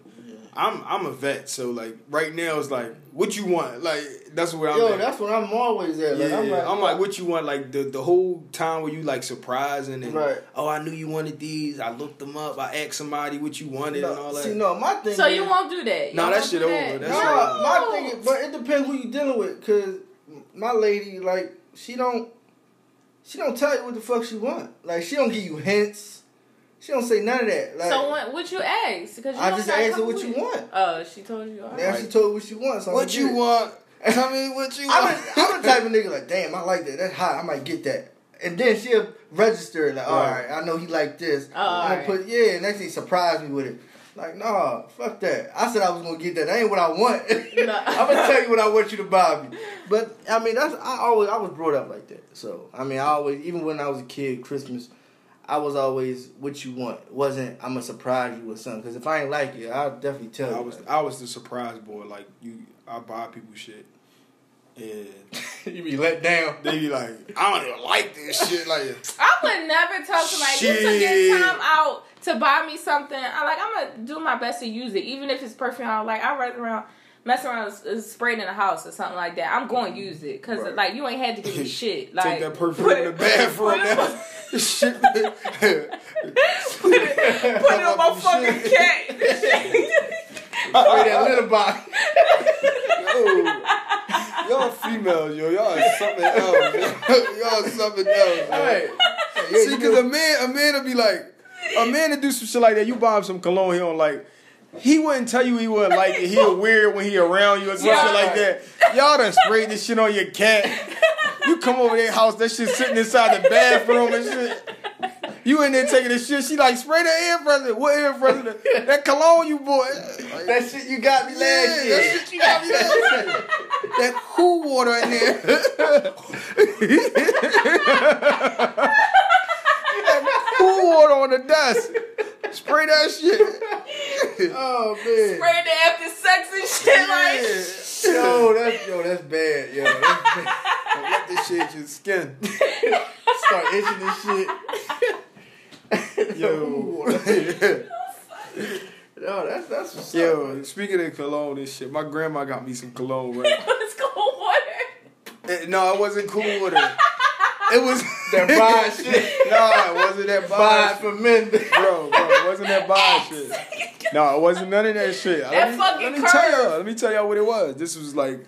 A: I'm I'm a vet, so like right now it's like what you want. Like that's where I'm.
B: Yo,
A: at.
B: that's what I'm always at. Like,
A: yeah,
B: I'm like,
A: what you want? Like the, the whole time where you like surprising and
B: Right.
A: oh, I knew you wanted these. I looked them up. I asked somebody what you wanted and all
B: no,
A: that.
B: see, no, my thing.
C: so.
B: is,
C: You won't do that.
A: Nah,
C: Y'all
A: that
C: won't
A: shit
C: do
A: over. That
B: No,
A: shit
B: my thing is, but it depends who you dealing with. Cause my lady, like, she don't, she don't tell you what the fuck she want. Like, she don't give you hints. She don't say none of that. Like,
C: so what? What you ask? Because
B: I just asked her what you want.
C: Uh, she told you. all
B: Now
C: right.
B: she told me what she wants. So I'm
A: what
B: gonna
A: you
B: get it.
A: want? Tell me what you
B: I'm
A: want.
B: a, I'm the type of nigga like, damn, I like that. That's hot. I might get that. And then she'll register it, like, all
A: Right.
B: right, I know he like this.
C: Oh,
B: I'm gonna
C: all
B: put yeah. Next thing, surprise me with it. Like, nah, fuck that. I said I was gonna get that. That ain't what I want. I'm gonna tell you what I want you to buy me. But I mean, that's I always I was brought up like that. So I mean, I always even when I was a kid, Christmas, I was always what you want. It wasn't I'm gonna surprise you with something. Because if I ain't like it, I'll definitely tell
A: I
B: you.
A: was I was the surprise boy. Like you, I buy people shit. Yeah.
B: you be let down.
A: They be like, I don't even like this shit. Like,
C: I would never tell somebody you took your
A: Shit.
C: time out to buy me something. I like I'm gonna do my best to use it, even if it's perfume. I'm like I rather around mess around and s- spray it in the house or something like that. I'm going to use it because
B: Right.
C: like you ain't had to give me shit. Like
A: Mm-hmm. take that perfume
C: put
A: in the
C: it-
A: bathroom.
C: put it-
A: now. shit.
C: Put it, put it on my fucking
A: Shit.
C: cat.
B: Spray that little body.
A: yo, y'all females, yo, y'all is something else. Yo. Y'all is something else. Yo.
B: Hey. Yeah,
A: See,
B: you
A: because
B: do-
A: a man, a man will be like, a man to do some shit like that. You buy him some cologne, he don't like. He wouldn't tell you he wouldn't like it. He'll weird when he around you or some
C: Yeah.
A: shit like that. Y'all done sprayed this shit on your cat. You come over their house, that shit sitting inside the bathroom and shit. You in there taking this shit. She like spray the air freshener. What air freshener? That cologne you bought. Like,
B: that shit you got me last
A: yeah,
B: year.
A: That shit you got me last year. That cool water in there. that cool water on the dust. Spray that shit.
B: Oh man.
C: Sprayed it after sex and shit. Like
B: Yo, that's yo, that's bad. Yo, that's bad.
A: Don't Let this shit your skin.
B: start itching and shit.
A: Yo.
B: yo, that's that's what's up.
A: Yo, speaking of cologne and shit, my grandma got me some cologne, right?
C: it was cold water.
A: Eh, no, it wasn't cool water. It was
B: That bond shit.
A: No, it wasn't that
B: Bond
A: bond.
B: for men.
A: Bro, bro, it wasn't that bond shit. No, it wasn't none of that shit. let me,
C: fucking
A: let me
C: curve.
A: tell y'all. Let me tell y'all what it was. This was like,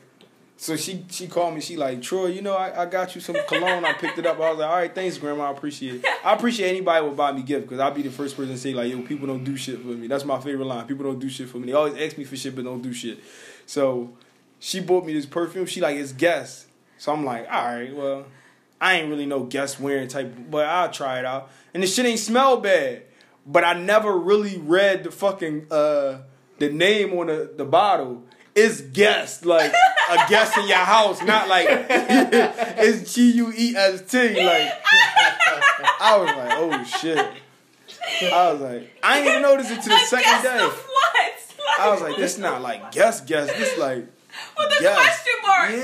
A: so she she called me. She like, Troy, you know, I, I got you some cologne. I picked it up. I was like, all right, thanks, grandma. I appreciate it. I appreciate anybody would buy me gift because I'd be the first person to say like, yo, people don't do shit for me. That's my favorite line. People don't do shit for me. They always ask me for shit, but don't do shit. So she bought me this perfume. She like, it's Guess. So I'm like, all right, well, I ain't really no guess wearing type, but I'll try it out. And the shit ain't smell bad, but I never really read the fucking uh the name on the, the bottle. It's guest, like a guest in your house, not like it's G U E S T. Like I was like, oh shit. I was like, I didn't even notice it to the
C: I
A: second
C: guess
A: day.
C: the what? Like,
A: I was like, this not like guest guest. This like
C: with a
A: yes.
C: question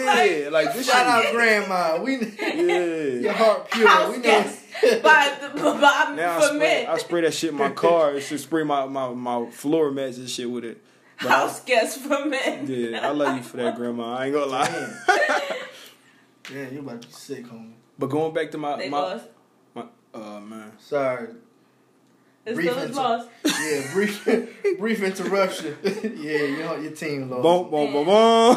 C: mark. Like,
A: yeah, like this shit.
B: Shout out grandma. We your
A: Yeah.
B: heart pure.
C: house
B: We know.
C: guests by, the- by
A: Now I
C: for
A: spray,
C: men.
A: I spray that shit in my car. It's just spray my, my, my floor mats and shit with it. But I-
C: house guests for men.
A: yeah, I love you for that, Grandma. I ain't gonna lie.
B: Yeah, you about to be sick, homie.
A: But going back to my
C: They
A: my,
C: lost.
A: my uh man,
B: Sorry.
C: It
B: brief
C: still is
B: into-
C: lost.
B: Yeah, brief brief interruption. yeah, you know your team lost.
A: boom boom boom boom.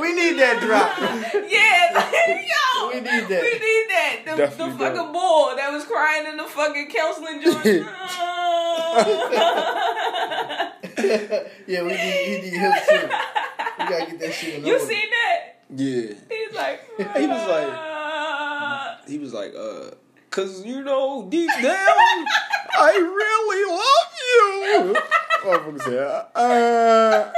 B: we need that drop.
C: Yeah, like, yo,
B: We need that.
C: We need that. The, the
A: Definitely
C: fucking
A: don't.
C: bull that was crying in the fucking counseling joint.
B: yeah, we need, we need him too. We gotta get that shit in
C: you
B: order.
C: seen that?
A: Yeah,
C: He's like, "Uh."
A: He was like- he was like uh, cause you know deep down I really love you. Motherfucker said, uh,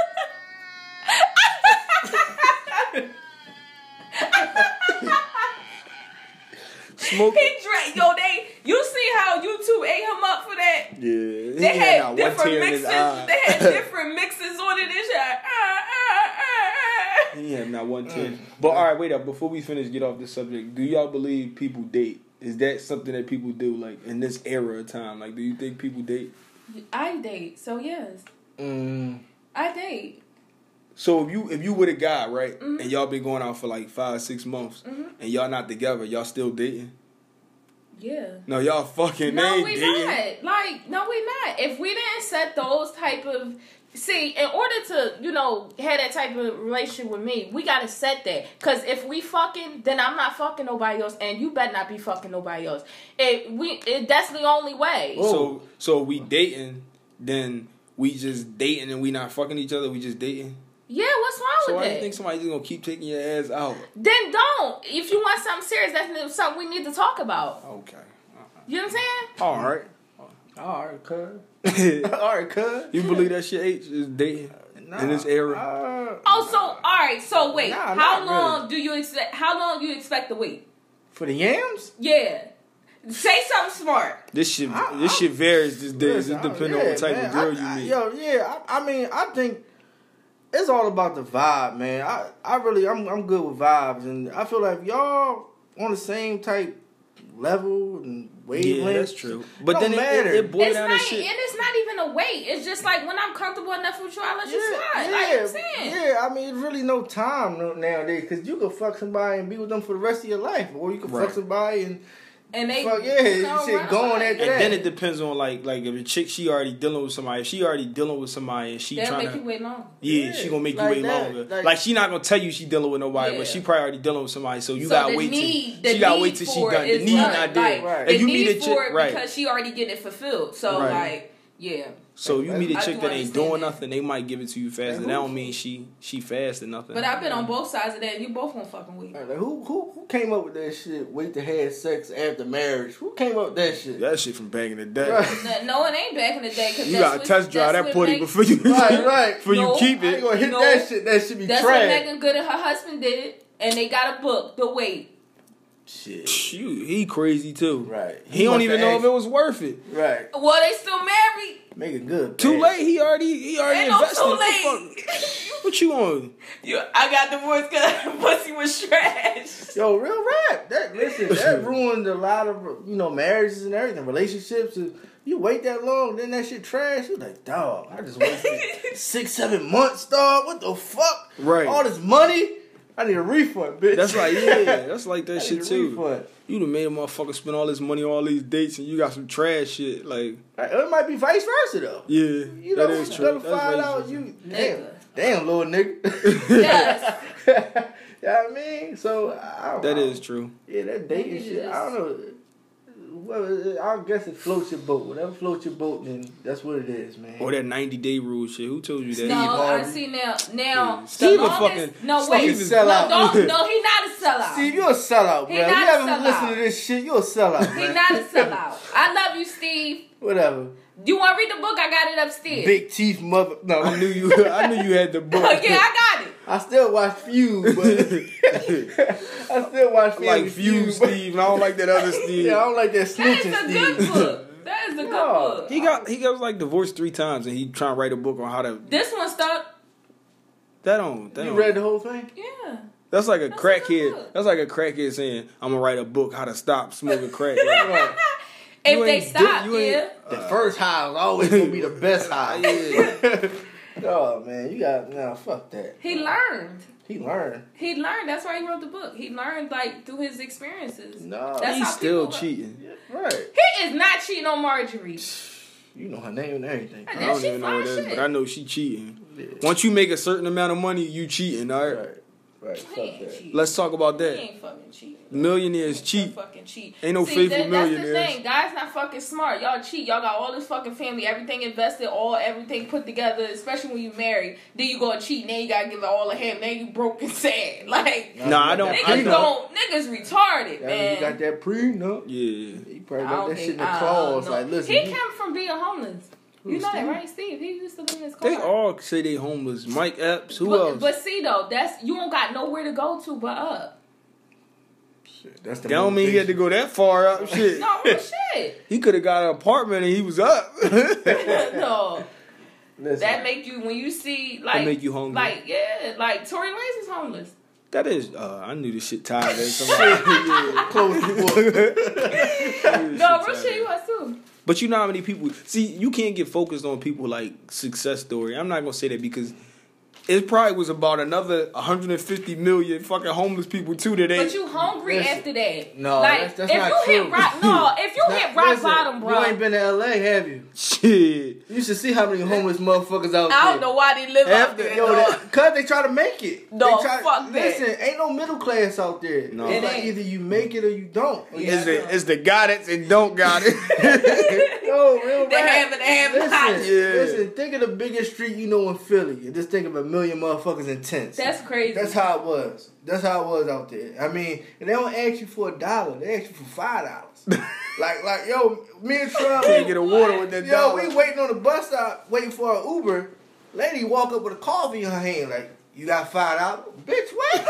A: smoke.
C: He drank. Yo, they. You see how you two ate him up for that?
A: Yeah, he
C: They
A: had
C: had
A: not one
C: different
A: tear in
C: mixes.
A: his
C: They
A: eye.
C: had different mixes on it. It's like, ah, ah, ah, ah.
A: He had not one tear. But all right, wait up. Before we finish, get off this subject. Do y'all believe people date? Is that something that people do, like in this era of time? Like, do you think people date?
C: I date, so yes,
B: Mm,
C: I date.
A: So if you if you with a guy, right,
C: Mm-hmm.
A: and y'all been going out for like five six months, and y'all not together, y'all still dating?
C: Yeah.
A: No, y'all fucking
C: No,
A: ain't
C: we
A: dating.
C: not. Like, no, we not. If we didn't set those type of see, in order to you know have that type of relationship with me, we gotta set that. Cause if we fucking, then I'm not fucking nobody else, and you better not be fucking nobody else. It we it, that's the only way.
B: Oh.
A: So so we dating, then we just dating and we not fucking each other. We just dating.
C: Yeah, what's wrong
A: So
C: with
A: why
C: that?
A: do you think somebody just gonna keep taking your ass out?
C: Then don't. If you want something serious, that's something we need to talk about.
A: Okay.
C: You know what I'm saying?
A: All right.
B: all right, cuz.
A: you
B: All right, cuz.
A: believe that shit H is dating in this era?
B: uh,
C: Oh, so all right. So wait,
B: Nah,
C: how
B: not
C: long do you expect? How long you expect to wait?
B: for the yams?
C: Yeah, say something smart.
A: This shit,
B: I-
A: this
B: I-
A: shit varies these days.
B: Listen,
A: It
B: I-
A: depends
B: yeah,
A: on what type of
B: man,
A: girl
B: I- I-
A: you meet.
B: Yo, yeah, I, I mean, I think it's all about the vibe, man. I, I really I'm I'm good with vibes and I feel like y'all on the same type level and wavelength.
A: Yeah, that's true. But
B: Don't
A: then it,
B: matter.
A: it, it boiled
C: It's
A: down
C: not, e-
A: to
C: and
A: shit.
C: it's not even a weight. It's just like when I'm comfortable enough with you, I let you slide. like I'm saying,
B: yeah. I mean, it's really no time no- nowadays because you can fuck somebody and be with them for the rest of your life, or you can
A: Right.
B: fuck somebody and
C: and they
B: Fuck yeah, you
C: come
B: shit
C: around
B: going
C: like-
B: at
A: and
B: that.
A: then it depends on like like if a chick she already dealing with somebody, if she already dealing with somebody and she
C: They'll
A: trying
C: make
A: to
C: you wait long.
A: yeah,
B: Yeah,
A: she gonna make
B: like
A: you wait
B: that,
A: longer.
B: like-
A: Like, she not gonna tell you she dealing with nobody,
C: Yeah.
A: but she probably already dealing with somebody. So you
C: so
A: gotta
C: the
A: wait
C: need,
A: till
C: the
A: you gotta
C: need
A: wait till she
C: for it
A: done. The
C: is
A: need
C: done.
A: not
C: Like,
A: there.
B: Right.
A: If
C: the
A: you
C: need
A: meet a chick,
C: for it
A: right?
C: because she already get it fulfilled. So
A: Right.
C: like, yeah,
A: so you meet a
C: I
A: chick
C: do
A: that ain't
C: understand
A: doing
C: that.
A: nothing, they might give it to you faster.
B: And
A: That
B: who-
A: don't mean she she fast or nothing.
C: but I've been on both sides of that. You both want fucking weak.
B: Like, who who who came up with that shit? Wait to have sex after marriage. Who came up with that shit?
A: that shit from back in the day.
B: Right.
C: No, no, it ain't back in the day. Cause
A: You
C: that's
A: gotta
C: what,
A: test drive
C: that's
A: that
C: what
A: putty
C: make-
A: before you
B: right, right.
A: before
C: No,
A: you keep
C: I
B: I ain't
A: it.
B: gonna hit
C: No.
B: that shit. That should be
C: That's what
B: trash.
C: Megan Good and her husband did, and they got a book. The wait.
B: Shit.
A: Shoot, he crazy too.
B: Right.
A: He don't
B: must
A: even
B: have
A: know if
B: asked-
A: it was worth it.
B: Right.
C: Well, they still married.
B: Make it good.
A: Too
B: man.
A: late. He already he already
C: Ain't no
A: invested.
C: too
A: What the
C: late.
A: fuck? What you on?
C: You, I got divorced because pussy was trash.
B: Yo, real rap. That listen, that ruined a lot of you know marriages and everything, relationships. And you wait that long, then that shit trash. You like, dog, I just wasted six, seven months, dog. What the fuck?
A: Right.
B: All this money, I need a refund, bitch.
A: That's like yeah. That's like that
B: I need
A: shit
B: a
A: too.
B: refund.
A: You done made a motherfucker spend all this money on all these dates and you got some trash shit. Like,
B: Like, it might be vice versa though.
A: yeah,
B: You know,
A: that is true.
B: another
A: That's
B: five
A: racist.
B: dollars, you damn,
C: Nigga.
B: damn little nigga.
C: yes.
B: yeah, I mean, so I don't,
A: That
B: I don't-
A: is true.
B: Yeah, that dating
C: Maybe
B: shit.
C: just-
B: I don't know. Well, I guess it floats your boat. Whatever floats your boat, then that's what it is, man.
A: Or that ninety day rule shit. Who told you that?
C: No, I
B: Harvey.
C: see now. Now,
A: Steve
C: the
A: a
C: longest,
A: fucking-
C: no
A: Steve
C: wait,
B: is-
C: no,
B: sellout.
C: don't, no, he not a sellout.
B: Steve, you're a sellout, bro.
C: He
B: You
C: not a
B: haven't
C: sellout.
B: listened to this shit. You're a sellout,
C: he
B: man.
C: not a sellout. I love you, Steve.
B: Whatever.
C: You want to read the book? I got it upstairs.
B: Big teeth, mother. No,
A: I knew you. I knew you had the book.
C: Oh, yeah, I got it.
B: I still watch Feud, but I still watch Feud.
A: like few Steve. and I don't like that other Steve.
B: Yeah, I don't like
C: That
B: that
C: is
B: snitching,
C: a good
B: Steve.
C: book. That is a good
B: No.
C: book.
A: He got he got like divorced three times and he trying to write a book on how to
C: This one stuck.
A: that don't that
B: You
A: don't-
B: read the whole thing?
C: Yeah.
A: that's like a
C: That's a good
A: crackhead
C: book.
A: that's like a crackhead saying I'm gonna write a book how to stop smoking crack. Like,
B: Right.
C: If
A: You
C: they
A: ain't
C: stop,
A: do- you ain't-
C: yeah.
B: The first high is always gonna be the best high. oh man, you got nah. Fuck that.
C: He learned.
B: He learned.
C: He learned. That's why he wrote the book. He learned like through his experiences.
B: No,
C: That's
A: he's
C: how
A: still
C: people-
A: cheating.
B: right.
C: He is not cheating on Marjorie.
B: You know her name and everything.
A: I
C: Yeah,
A: don't
C: she
A: even know
C: fine
A: what that is,
C: shit.
A: but I know she cheating.
B: Yeah.
A: Once you make a certain amount of money, you cheating. All right?
B: Right, right. Fuck
C: He ain't
B: that.
C: cheating.
A: Let's talk about
C: he
A: that.
C: ain't fucking cheating.
A: Millionaires cheat.
C: Fucking cheat.
A: Ain't no faithful
C: That's
A: millionaires.
C: the thing. Guys not fucking smart. Y'all cheat. Y'all got all this fucking family, everything invested, all everything put together, especially when you marry. Then you go and cheat, then you gotta give it all to him. Then you broke and sad. Like
A: No, I don't-
C: niggas
A: I
B: You
C: don't niggas retarded,
B: mean, you
C: man.
B: got that prenup.
A: Yeah.
B: You
C: I don't
B: probably got that
C: think-
B: shit in the
C: I don't
B: claws.
C: know.
B: Like, listen,
C: He
B: you-
C: came from being homeless. You know
B: Steve?
C: that, right, Steve? He used to live in his car.
A: They all say they homeless. Mike Epps. Who
C: but,
A: else?
C: but see though, that's you don't got nowhere to go to but up.
B: shit, that's the
A: that don't mean he had to
B: motivation.
A: go that far up. Shit.
C: No real shit.
A: He could have got an apartment and he was up.
C: no.
B: Listen,
C: That make you when you see like
A: make you hungry.
C: Like yeah, like Tory Lanez is homeless.
A: that is. Uh, I knew this shit tired. That somebody.
B: close the
C: No, real shit, you was too.
A: But you know how many people see you can't get focused on people like success story. I'm not gonna say that because it probably was about another 150 million fucking homeless people too that
C: But
A: ain't.
C: you hungry
B: Listen,
C: after that.
B: no,
C: like
B: that's- that's
C: if
B: not
C: you
B: true.
C: hit rock, no, if you
B: book.
C: hit rock
B: Listen,
C: bottom, bro.
B: You ain't been to L.A., have you?
A: shit.
B: You should see how many homeless motherfuckers out there.
C: I don't know why they live out
A: After-
C: there.
B: Yo,
C: dog.
B: that, cause they try to make it.
C: No,
B: they try,
C: fuck that.
B: Listen, ain't no middle class out there.
A: No. It
B: It's like
C: ain't.
B: either you make it or you don't.
C: Yeah,
A: it's,
C: I know.
A: the, it's the got it and don't got it.
B: Yo, real
C: They
B: rap.
C: have it, they have it.
B: Listen,
A: Yeah.
B: listen, think of the biggest street you know in Philly, and just think of a million motherfuckers in tents.
C: That's crazy.
B: That's how it was. That's how it was out there. I mean, and they don't ask you for a dollar; they ask you for five dollars. like, like, yo, me and Trump,
A: Can't get a water with that
B: yo,
A: dollar.
B: we waiting on the bus stop, waiting for an Uber. Lady walk up with a coffee in her hand, like, you got five dollars, bitch. What?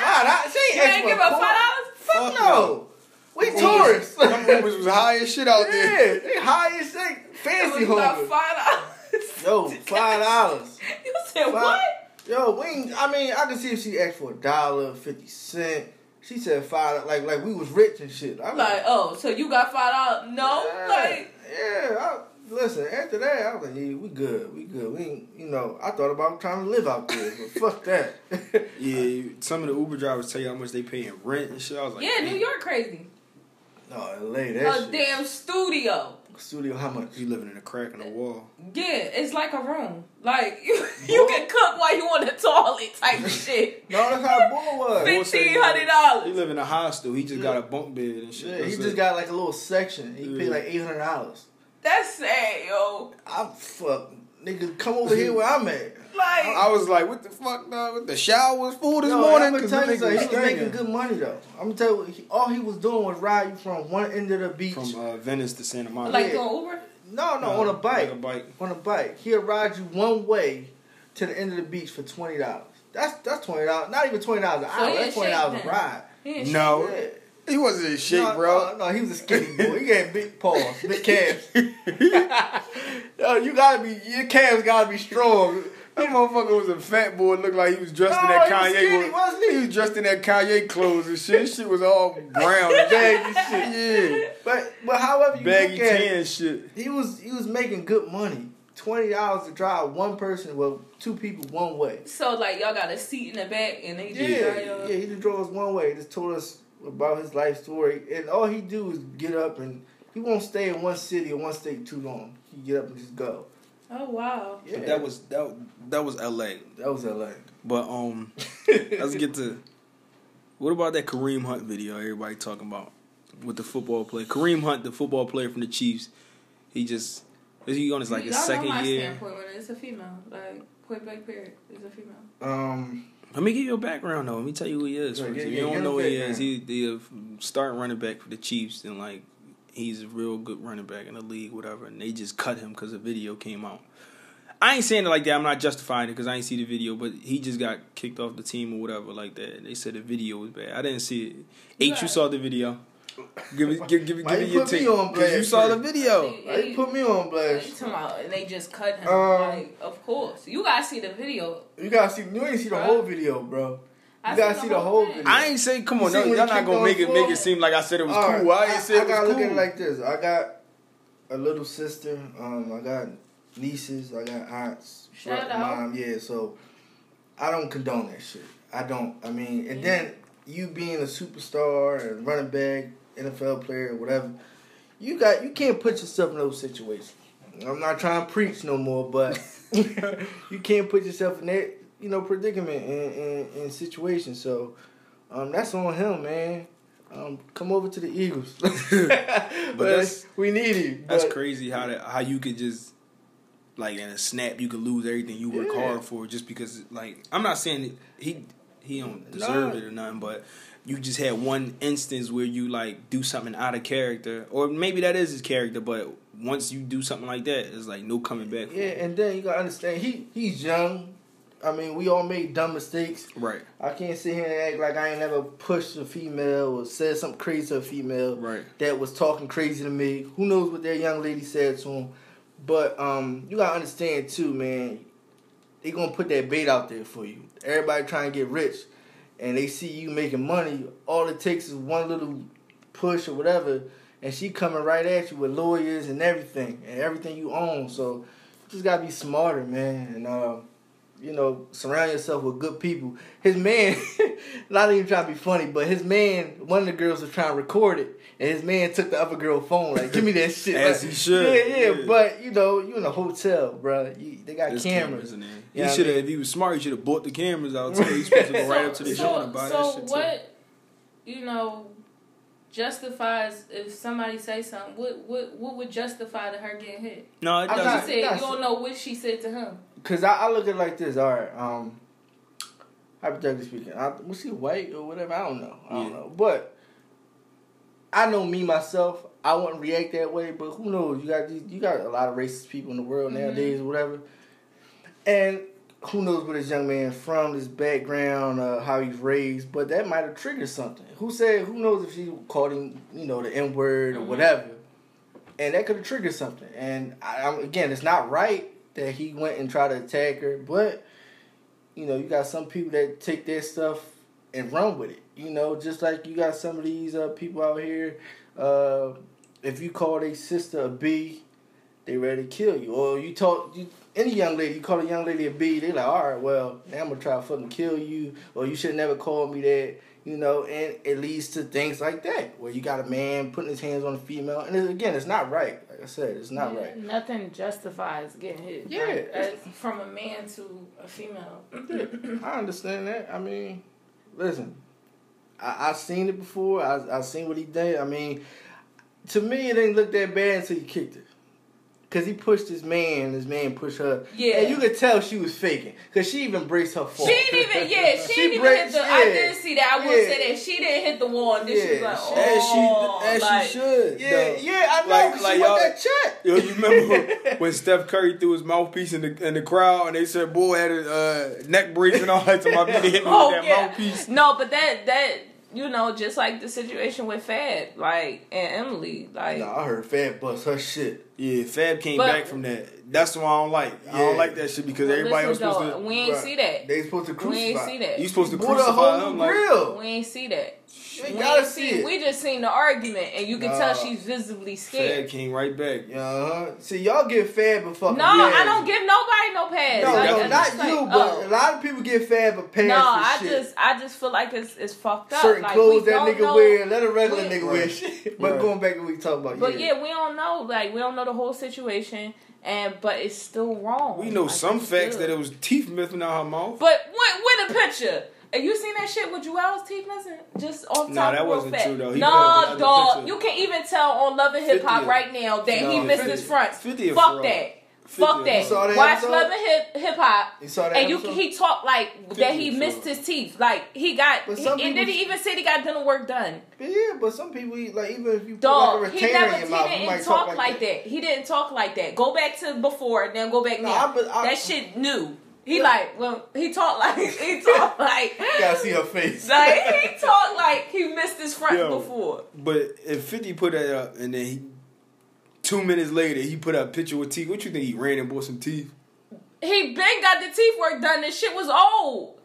B: five dollars? She ain't
C: you
B: ask
C: ain't
B: for
C: give a five
B: quarter.
C: dollars.
B: Fuck no. We tourists.
A: Them homeless was high as shit out
B: Yeah,
A: there.
B: they high as shit, fancy
C: It was about
B: homeless.
C: five dollars.
B: yo, five dollars.
C: You said
B: Five-
C: what?
B: Yo, we. ain't- I mean, I can see if she asked for a dollar fifty cent. She said five, like like we was rich and shit. I'm
C: Like, oh, so you got five dollars? No,
B: yeah,
C: like,
B: yeah. I, listen, after that, I was like, yeah, we good, we good. We, ain't, you know, I thought about trying to live out there, but fuck that.
A: Yeah, you, some of the Uber drivers tell you how much they pay in rent and shit. I was like,
C: yeah, New
A: damn.
C: York crazy.
B: no, LA, that
C: A
B: shit.
C: damn studio.
B: Studio, how much?
A: You living in a crack in the wall.
C: Yeah, it's like a room. Like you, you can cook while you on the toilet type shit.
B: No, that's how bull was.
A: Bull said
C: Fifteen hundred dollars.
A: He live in a hostel. He just got a bunk bed and shit.
B: Yeah,
A: That's
B: he
A: it.
B: just got like a little section. He paid
A: Yeah.
B: like eight hundred dollars.
C: That's sad, yo.
B: I fuck nigga, come over here where I'm at.
C: Like
A: I was like, what the fuck, dog? What the shower was full this
B: Yo,
A: morning?
B: I'ma
A: 'Cause
B: tell
A: the
B: you
A: nigga
B: something,
A: was
B: he was making
A: stinging.
B: good money though. I'm gonna tell you, he, all he was doing was riding from one end of the beach.
A: From uh, Venice to Santa Monica.
C: like
B: yeah.
C: doing Uber.
B: no, no,
A: Uh,
B: on a bike,
A: Like a bike.
B: on a bike. He'll ride you one way to the end of the beach for twenty dollars. That's that's twenty dollars. Not even twenty dollars an
C: So
B: hour.
C: he
B: that's
C: a
B: twenty dollars a
C: shape
B: ride.
C: Yeah.
A: No,
B: Yeah.
A: he wasn't in shape,
B: no,
A: bro.
B: No, no, he was a skinny boy. He had big paws, big calves. Yo, you gotta be your calves gotta be strong.
A: That motherfucker was a fat boy. Looked like he was dressed
B: No,
A: in that
B: Oh, he was
A: Kanye.
B: skinny, wasn't he?
A: was dressed in that Kanye clothes and shit. His shit was all brown, and baggy shit.
B: But but however
A: Yeah,
B: you
A: baggy
B: look at
A: tan
B: it,
A: and shit.
B: he was he was making good money. Twenty dollars to drive one person, well, two people one way.
C: So like y'all got a seat in the back and they
B: Yeah,
C: just uh,
B: yeah,
C: yeah,
B: he just drove us one way. Just told us about his life story, and all he do is get up and he won't stay in one city or one state too long. He get up and just go.
C: Oh wow.
B: Yeah,
A: But that was that that was L.A.
B: that was LA.
A: But um, let's get to what about that Kareem Hunt video everybody talking about with the football player Kareem Hunt, the football player from the Chiefs. He just is he on his like his
C: y'all know my
A: second year.
C: standpoint when it's a female. Like point blank period is a female.
B: um.
A: Let me give you a background though. Let me tell you who he is.
B: Yeah,
A: first.
B: yeah,
A: if
B: yeah,
A: you
B: get
A: don't
B: a
A: know who he is,
B: background.
A: he the uh, start running back for the Chiefs and like he's a real good running back in the league, whatever. And they just cut him because a video came out. I ain't saying it like that. I'm not justifying it because I ain't see the video, but he just got kicked off the team or whatever like that. They said the video was bad. I didn't see it. H, you
C: Right.
A: saw the video. Give it, give, give, it-
B: Why
A: give
B: you
A: it your
B: put me
A: take.
B: on
A: 'Cause you
B: blast,
A: saw the
B: man?
A: video.
B: Why you put me on
C: Like, you
B: blast?
C: talking about- and they just cut him.
B: Um,
C: like, of course, you gotta see the video.
B: You gotta see. You ain't see the
C: Bruh.
B: whole video, bro.
C: I
B: You gotta see the whole
C: thing.
B: video.
A: I ain't say come
B: You
A: on.
B: see
A: No,
B: when
A: y'all
B: he
A: not
B: kicked
A: gonna
B: on
A: make
B: the
A: it make
B: floor?
A: it seem like I said it was
B: All
A: cool.
B: right,
A: I ain't say
B: I
A: it
B: gotta
A: was
B: look at
A: cool.
B: it like this. I got a little sister. Um, I got nieces. I got aunts.
C: Shout
B: brother,
C: out.
B: mom. Yeah. So I don't condone that shit. I don't. I mean, and
C: Yeah.
B: then you being a superstar and running back, NFL player, whatever. You got. You can't put yourself in those situations. I'm not trying to preach no more, but you can't put yourself in that you know predicament and, and, and situation. So um, that's on him, man. Um, come over to the Eagles. but
A: that's-
B: we need you.
A: That's
B: but-
A: crazy how that how you could just like in a snap you could lose everything you work
B: Yeah.
A: hard for just because like I'm not saying that he he don't deserve
B: No.
A: it or nothing, but you just had one instance where you like do something out of character, or maybe that is his character, but once you do something like that, it's like no coming back. from
B: Yeah,
A: it.
B: and then you gotta understand he he's young. I mean, we all made dumb mistakes.
A: right,
B: I can't sit here and act like I ain't never pushed a female or said something crazy to a female.
A: right.
B: that was talking crazy to me. Who knows what that young lady said to him? But um, you gotta understand too, man. They gonna put that bait out there for you. Everybody trying to get rich, and they see you making money. All it takes is one little push or whatever, and she coming right at you with lawyers and everything, and everything you own. So you just gotta be smarter, man, and uh, you know, surround yourself with good people. His man, not even trying to be funny, but his man, one of the girls was trying to record it, and his man took the other girl phone, like, give me that shit.
A: As
B: Like,
A: he should.
B: Yeah, yeah,
A: Yeah.
B: But you know, you in a hotel, bro. You, they got
A: There's
B: cameras.
A: in there.
B: Yeah, I
A: he should have.
B: mean-
A: If he was smart, he should have bought the cameras out. Too. He's supposed to go right up to the
C: so,
A: joint and buy
C: so
A: that shit. Too.
C: what you know justifies if somebody say something what what what would justify to her getting hit
A: No, it
B: I'm
A: doesn't.
C: she
B: not-
C: said
B: that's-
C: you don't know what she said to him
B: Cause I, I look at it like this. All right, um, hypothetically speaking, I, was he white or whatever? I don't know. I don't
A: Yeah.
B: know. But I know me myself. I wouldn't react that way. But who knows? You got these, you got a lot of racist people in the world
C: Mhm.
B: nowadays, or whatever. And who knows where this young man from, his background, uh, how he's raised. But that might have triggered something. Who said? Who knows if she called him, you know, the N word or
C: Mhm.
B: whatever. And that could have triggered something. And I, I'm, again, it's not right. that he went and tried to attack her, but you know, you got some people that take their stuff and run with it. You know, just like you got some of these uh, people out here. Uh, if you call their sister a B, they ready to kill you. Or you talk you, any young lady, you call a young lady a B, they like, all right, well, now I'm gonna try to fucking kill you. Or you should never call me that. You know, and it leads to things like that where you got a man putting his hands on a female, and it, again, it's not right. Like I said, it's not
C: Yeah,
B: right.
C: Nothing justifies getting hit.
B: Yeah.
C: Like, as from a man to a female.
B: I understand that. I mean, listen, I, I seen it before. I I seen what he did. I mean, to me, it didn't look that bad until he kicked it. Cause he pushed his man, his man pushed her.
C: Yeah.
B: and you could tell she was faking. Cause she even braced her fall.
C: She didn't even, yeah, she,
B: She
C: didn't even hit
B: breaks-
C: the, I
B: yeah.
C: didn't see that. I will
B: Yeah.
C: say that. She didn't hit the wall and then she was
B: Yeah,
C: like,
B: she-
A: As she,
C: oh.
A: as
C: like,
A: she should.
B: yeah,
A: though.
B: yeah, I know.
A: Like-
B: 'cause
A: like
B: she want
A: y'all-
B: that check.
A: Yo, you remember when Steph Curry threw his mouthpiece in the in the crowd and they said boy had a uh, neck brace and all that to my hit me
C: Oh,
A: with that
C: yeah.
A: mouthpiece.
C: No, but that, that, you know, just like the situation with Fab, like, and Emily, like,
B: Nah, I heard Fab bust her shit.
A: Yeah, Fab came
C: But-
A: back from that. That's what I don't like. I don't
B: Yeah.
A: like that shit because
C: but
A: everybody was
C: listen,
A: supposed
C: though,
A: to.
C: we ain't
B: Right.
C: see that.
B: They supposed to
C: We
B: crucify.
C: ain't see that.
A: You supposed to
B: Bought a
A: crucify
B: whole
A: him
B: new
A: like
B: grill.
C: we ain't see that.
B: You
C: We
B: gotta
C: ain't
B: see
C: see.
B: it.
C: We just seen the argument, and you can tell
B: Nah.
C: she's visibly
A: Fab
C: scared.
A: came right back.
B: Yeah, uh-huh. see, y'all get fab but
C: No,
B: fucking.
C: I
B: pass.
C: don't give nobody no pass.
B: No,
C: Like,
A: that's
B: no,
A: just
C: it's
B: not
C: like,
B: you,
C: oh.
B: but a lot of people get fab but pass.
C: No,
B: for
C: I
B: shit.
C: just I just feel like it's it's fucked up.
B: certain
C: like,
B: clothes
C: we
B: that
C: don't
B: nigga
C: know,
B: wear, let a regular
C: Right.
B: nigga wear shit. But
A: Right.
B: going back to what we talking about,
C: But yeah, we don't know. Like we don't know the whole situation, and but it's still wrong.
A: We know
C: Like,
A: some
C: it's
A: facts
C: good.
A: that it was teeth missing out her mouth.
C: But with with a picture. And you seen that shit with Joel's teeth missing? Just off top
A: Nah, that
C: real
A: wasn't
C: fast.
A: true, though. He put it
C: no,
A: without the
C: dog.
A: picture.
C: You can even tell on Love and Hip Hop
A: 50.
C: right now that he
A: No,
C: missed his
A: 50.
C: fronts.
A: 50 is
C: Fuck
A: fraud.
C: that.
A: 50
C: Fuck that.
A: is
B: fraud. You saw that
C: Watch
B: episode?
C: Love and Hip Hip Hop.
B: You saw that
C: And you
B: episode?
C: he talked like that he
A: 50 is
C: missed
A: fraud.
C: his teeth. Like he got
B: But
C: he,
B: some
C: and then
B: people-
C: he even said he got dental work done.
B: But yeah, but some people eat, like even if you put like a
C: Dog, he
B: retainer
C: never
B: in your
C: he
B: mouth, you might
C: didn't
B: talk
C: talk like that. He didn't talk like that. Go back to before, then go back
B: No,
C: now.
B: I be- I-
C: that shit new. He like well he talked like he talked like
B: You gotta see her face.
C: like he talked like he missed his front
A: Yo.
C: before.
A: But if Fifty put that up and then he, two minutes later he put out a picture with teeth. What you think he ran and bought some teeth?
C: He been got the teeth work done. This shit was old.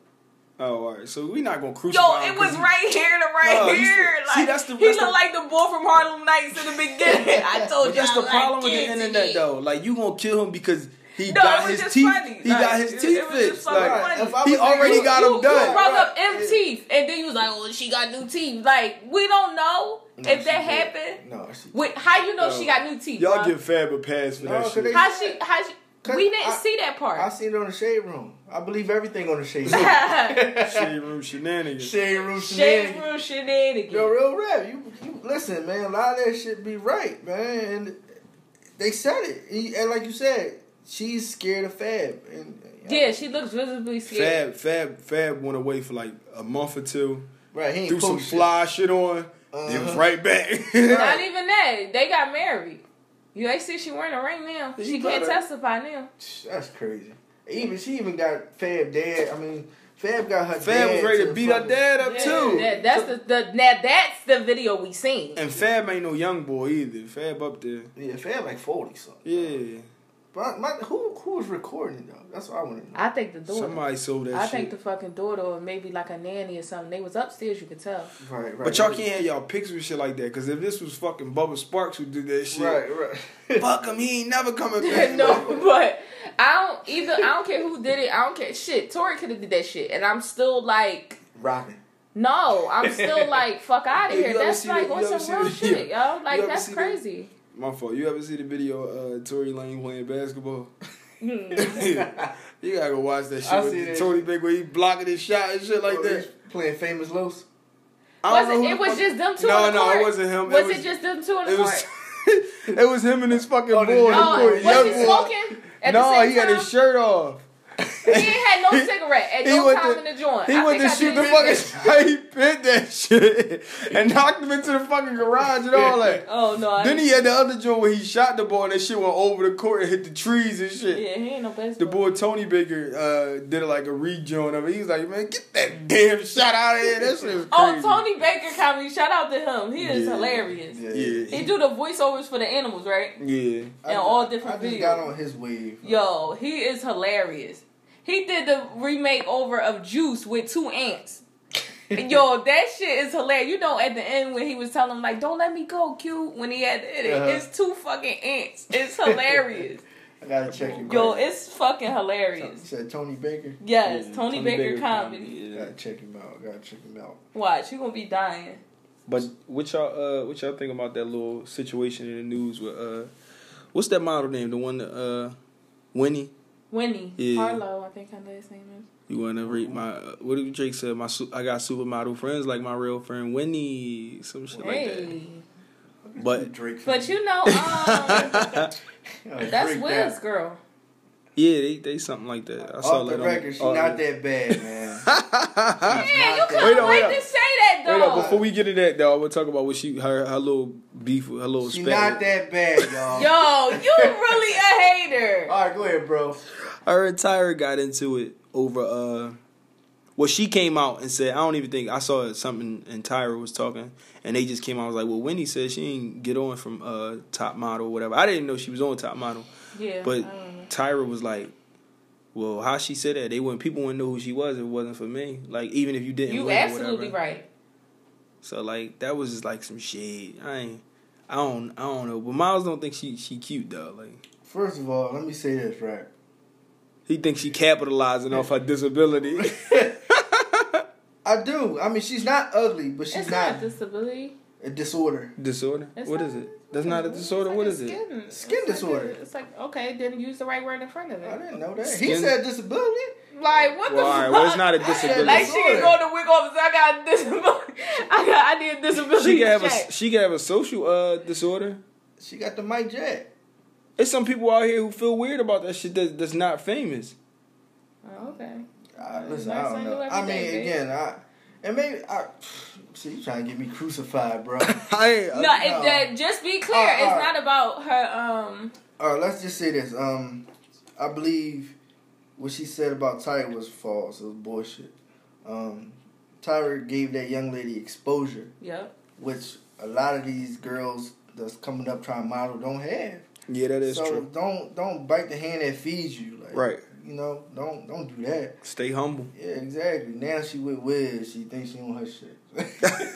A: Oh, all right. So we not gonna crucify.
C: Yo,
A: him
C: it
A: 'cause
C: was
A: he-
C: right here to right
A: No, you
C: here.
A: see-
C: Like
A: see, that's the-
C: he
A: that's
C: looked
A: the-
C: like the boy from Harlem Nights in the beginning. I told you.
A: But that's the problem with the internet, though. Like you gonna kill him because he
C: No, it
A: got
C: was
A: his
C: just
A: teeth.
C: funny.
A: He
C: Like,
A: got his
C: it-
A: teeth
C: it was just
A: fixed.
C: fucking
A: Like
C: funny.
B: If I
A: he
B: was
A: already
B: you-
A: got
C: you,
A: him done.
C: You brought up
B: Right.
C: M teeth, and then you was like, "Oh, she got new teeth." Like we don't know
B: No,
C: if
B: she
C: that
B: did.
C: happened.
B: No, she
C: Wait, how you know
A: No.
C: she got new teeth?
A: Y'all
C: bruh?
A: give Fab a pass for
B: No,
A: that
B: 'cause
A: shit.
B: they-
C: how she? How she?
B: Cause
C: We didn't
B: I-
C: see that part.
B: I seen it on the shade room. I believe everything on the shade room.
A: Shade room shenanigans.
B: shade room
C: Shade
B: shenanigans.
C: room
B: Yo,
C: shenanigans.
B: real rap. You, you listen, man. A lot of that shit be right, man. And they said it, and, and like you said, she's scared of Fab. And uh,
C: Yeah, she looks visibly scared.
A: Fab, Fab, Fab went away for like a month or two.
B: right. He ain't
A: Threw some
B: post shit.
A: fly shit on. It was
B: Uh-huh.
A: right back.
C: Not even that. They got married. You ain't see she wearing a ring now.
B: You
C: She can't
B: better-
C: testify now.
B: That's crazy. Even she even got Fab dad. I mean, Fab got her.
A: Fab
B: dad
A: was ready
B: the
A: to beat her
B: fucking-
A: dad up
C: Yeah,
A: too.
C: that- that's the, the now that's the video we seen.
A: And Fab ain't no young boy either. Fab up there.
B: Yeah, Fab like forty something.
A: Yeah.
B: But my, who who was recording it though? That's what I want to know.
C: I think the daughter.
A: Somebody sold that
C: I
A: shit.
C: think the fucking daughter or maybe like a nanny or something. They was upstairs, you could tell.
B: Right, right.
A: but y'all can't have y'all pics with shit like that. Cause if this was fucking Bubba Sparks who did that shit,
B: Right, right.
A: fuck him, he ain't never coming back.
C: no, but I don't either. I don't care who did it. I don't care. Shit, Tori could have did that shit, and I'm still like,
B: Rocking.
C: no, I'm still like, fuck out of
A: You
C: here.
A: ever
C: That's
A: see
C: like
A: the-
C: on
A: you ever
C: some real
A: see the-
C: shit, yo. Like
A: ever
C: that's
A: see the-
C: crazy.
A: My fault. You ever see the video of uh, Tory Lane playing basketball? Hmm. you gotta go watch that shit
B: I see
A: with
B: that
A: Tory Big where he blocking his shot and shit like that.
B: Playing famous Los.
A: I
C: Oh, Was
A: don't
C: it?
A: know who
C: It
A: the
C: was
A: fuck-
C: just them two.
A: No,
C: on the
A: no,
C: court?
A: it wasn't him.
C: Was it,
A: was,
C: just them two on the
A: it was,
C: court?
A: it was him and his fucking
B: Oh,
A: boy.
B: the
A: on the
C: No,
A: court,
C: was he
A: young boy.
C: smoking? At
A: no,
C: the same
A: he had
C: time?
A: his shirt off.
C: He ain't had no cigarette at
A: He
C: no
A: went
C: time
A: to-
C: in the joint.
A: He
C: I
A: went to
C: think I
A: shoot
C: did
A: the
C: this shit.
A: fucking shot. He bit that shit and knocked him into the fucking garage and all that.
C: Oh no! I
A: Then
C: didn't-
A: he had the other joint where he shot the ball and that shit went over the court and hit the trees and shit.
C: Yeah, he ain't no best.
A: The boy Tony Baker uh, did like a rejoin of it. He was like, "Man, get that damn shot out of here." That shit was crazy.
C: Mm. Oh, Tony Baker comedy. Shout out to him. He is
A: Yeah.
C: hilarious. He
A: Yeah,
C: do the voiceovers for the animals, right?
A: yeah.
C: And
B: I ju-
C: all different
B: I just
C: videos.
B: got on his wave.
C: Yo, he is hilarious. He did the remake over of Juice with two ants. Yo, that shit is hilarious. You know, at the end when he was telling him like, "Don't let me go, cute," when he had it,
B: Uh-huh.
C: it's two fucking ants. It's hilarious.
B: I gotta check him.
C: Yo,
B: out.
C: it's fucking
B: You
C: hilarious.
B: said Tony Baker.
C: Yes,
A: Yeah,
C: Tony, Baker, comedy.
A: yeah.
B: Gotta check him out. Gotta check him out.
C: Watch, you gonna be dying.
A: But what y'all uh, what y'all think about that little situation in the news with uh, what's that model name? The one that, uh, Winnie.
C: Winnie
A: Yeah.
C: Harlow, I think her last name is.
A: You want to read my uh, what did Drake said? My su- I got supermodel friends like my real friend Winnie, some shit
C: Hey.
A: But-
B: Drake.
C: But you know,
A: like
C: um,
A: that.
C: that's Will's girl.
A: yeah, they they something like um, oh, that. I saw
B: Off the
A: that
B: record, she
A: on,
B: not that bad, man.
A: that.
C: Yeah, you
B: Not
C: couldn't
A: Wait up,
C: wait
A: wait
C: to
A: up.
C: say that
A: Wait up,
C: though.
A: before we get to that though, I will talk about what she her her little beef, her little
B: she
A: spat
B: not
A: with-
B: that bad, y'all.
C: Yo, you really a hater.
B: All right, go ahead, bro.
A: her entire got into it over uh well she came out and said I don't even think I saw it, something and Tyra was talking and they just came out I was like well Wendy said she didn't get on from uh top model or whatever I didn't know she was on top model
C: Yeah.
A: but
C: I don't know.
A: Tyra was like well how she said that they wouldn't people wouldn't know who she was if it wasn't for me like even if you didn't
C: you
A: win or
C: absolutely
A: whatever.
C: right.
A: so like that was just like some shade I ain't I don't I don't know but Miles don't think she she cute though like
B: First of all, let me say this, right?
A: he thinks she capitalizing off her disability.
B: I do. I mean, she's not ugly, but she's
C: it's
B: not,
C: not, disability.
B: a disorder.
A: Disorder?
C: It's
A: what
C: not
A: is
C: a
A: it? That's not a disorder.
C: It's like
A: What
C: a
A: is it?
C: skin-
B: Skin
C: it's like a-
B: disorder.
C: it's like okay, didn't use the right word in front of
B: I
C: it.
B: didn't know that. He
A: Skin-
B: said disability.
C: Like what
A: Well,
C: the
A: all
C: fuck?
A: right. Well, it's not a disability.
C: like she can
B: disorder.
C: go to wig office. I got disability. I got. I need a disability
A: she can have
C: check.
A: a she can have a social uh disorder.
B: She got the Mike Jack.
A: There's some people out here who feel weird about that shit that, that's not famous.
C: Oh, okay.
B: Uh,
C: That's
B: listen,
C: nice
B: I don't
C: I knew
B: know.
C: every
B: I mean,
C: day, babe.
B: again, I and maybe I. See, you trying to get me crucified, bro?
A: I uh,
C: No,
A: no.
C: It, that, just be clear.
B: Uh,
C: it's
B: uh.
C: not about her. Um.
B: All right, let's just say this. Um, I believe what she said about Tyra was false. It was bullshit. Um, Tyra gave that young lady exposure,
C: Yep.
B: which a lot of these girls that's coming up trying to model don't have.
A: Yeah, that is
B: so
A: true.
B: don't don't bite the hand that feeds you. Like,
A: Right.
B: You know, don't don't do that.
A: Stay humble.
B: Yeah, exactly. Now she with Wiz. She thinks she on her shit.
C: They,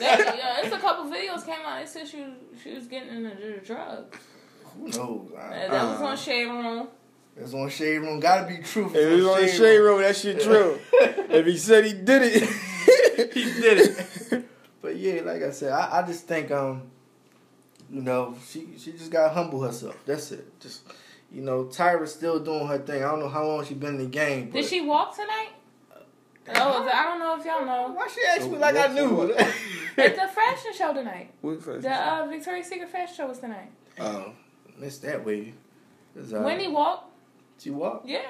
C: yeah, it's a couple videos came out. It said she was, she was getting into drugs.
B: Who knows? I-
C: Uh, that was
A: Uh.
C: on Shade Room.
B: It's on Shade Room. Gotta be true.
A: If it was on the shade room, that shit true. if he said he did it, he did it.
B: But yeah, like I said, I, I just think um, you know, she she just gotta humble herself. That's it. Just you know, Tyra's still doing her thing. I don't know how long she been in the game. But
C: Did she walk tonight? Oh, I don't know if y'all know.
B: Why she asked me like I knew?
C: It's the fashion show tonight.
A: What's
C: The
A: that?
C: uh, Victoria's Secret fashion show was tonight.
B: oh, missed that way. It's all right.
C: Winnie walked.
B: she walked.
C: Yeah.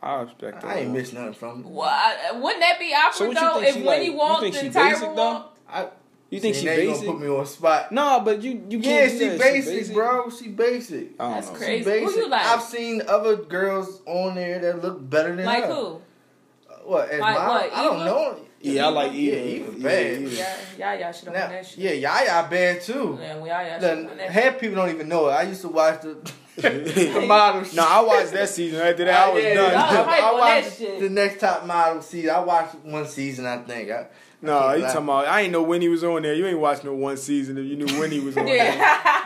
A: I respect that.
B: I ain't missed nothing from. Her.
C: Well, I- wouldn't that be
A: So
C: awkward
A: what you
C: though
A: think
C: if
A: she like-
C: Winnie
A: you
C: walked
A: think she
C: and
A: basic, though?
C: Tyra walked?
B: I,
A: You think
B: See,
A: she
B: now You
A: basic?
B: gonna put me on the spot?
A: No, but you you
B: Yeah,
A: can't
B: she,
A: do that.
B: basic, bro. She basic.
A: I don't
C: That's
A: know.
C: crazy.
B: She
C: Who
B: basic.
C: you like?
B: I've seen other girls on there that look better than
C: Like
B: her.
C: who?
B: What? as
C: Like
B: my-
C: what,
B: I don't
C: Eva?
B: know.
A: Yeah, I like
B: yeah,
A: Eva.
B: even
A: Yeah,
B: bad.
A: Eva.
C: Yeah, yeah, y'all should have
B: Now-
C: won that shit.
B: yeah, Yaya bad too.
C: Yeah, we all y'all should have
B: Look,
C: won that. shit.
B: half people don't even know it. I used to watch the, the model.
A: No, I watched that season. After that, I was
B: Yeah,
A: done.
C: y'all-
B: I, I
C: on that
B: watched
C: shit.
B: the next top model season. I watched one season, I think. I,
A: No,
B: I
A: you
B: can't
A: talking about? I ain't know when he was on there. You ain't watched no one season if you knew when he was on there.
C: Yeah.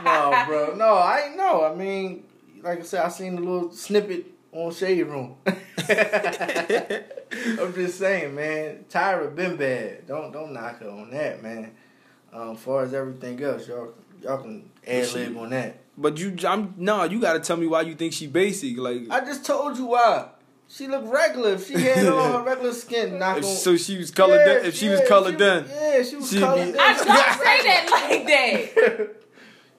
B: lie. No, bro. No, I ain't know. I mean, like I said, I seen the little snippet on Shade Room. I'm just saying, man. Tyra been bad. Don't don't knock her on that, man. Um, far as everything else, y'all y'all can ad lib on that.
A: But you, I'm no. You got to tell me why you think she basic. Like,
B: I just told you why. She looked regular. If she had on her regular skin, not
A: if,
B: gonna.
A: so she was colored.
B: Yeah,
A: in, if she was
B: yeah,
A: colored
B: she
A: in,
B: Yeah, she was
A: she'd
B: colored
A: be-
B: in.
C: I don't say that like that.
B: and You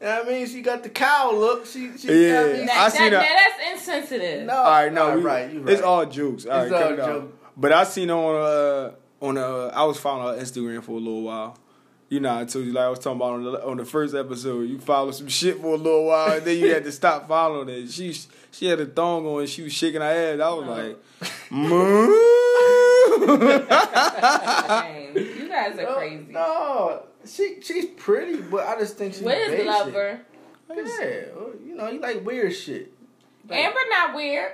B: know what I mean, she got the cow look. She, she
A: Yeah.
B: you know what I mean?
A: Nah, I
C: That,
A: seen
C: that,
A: that.
C: now that's insensitive.
B: No,
A: All right, no,
B: Oh, all
A: we,
B: right, you
A: it's
B: right.
A: all jokes. All right,
B: It's
A: cut
B: all
A: it out.
B: joke.
A: But I seen on uh on uh I was following her Instagram for a little while. You know, I told you like I was talking about on the on the first episode. You follow some shit for a little while, and then you had to stop following it. She she had a thong on, and she was shaking her head. I was
C: No.
A: like, "Mm-hmm." "Moo."
C: Dang, you guys are
B: No,
C: crazy.
B: Oh, No, she she's pretty, but I just think she's
C: Where's
B: basic.
C: Glover?
B: Yeah, well, you know, you like weird shit. Like,
C: Amber not weird.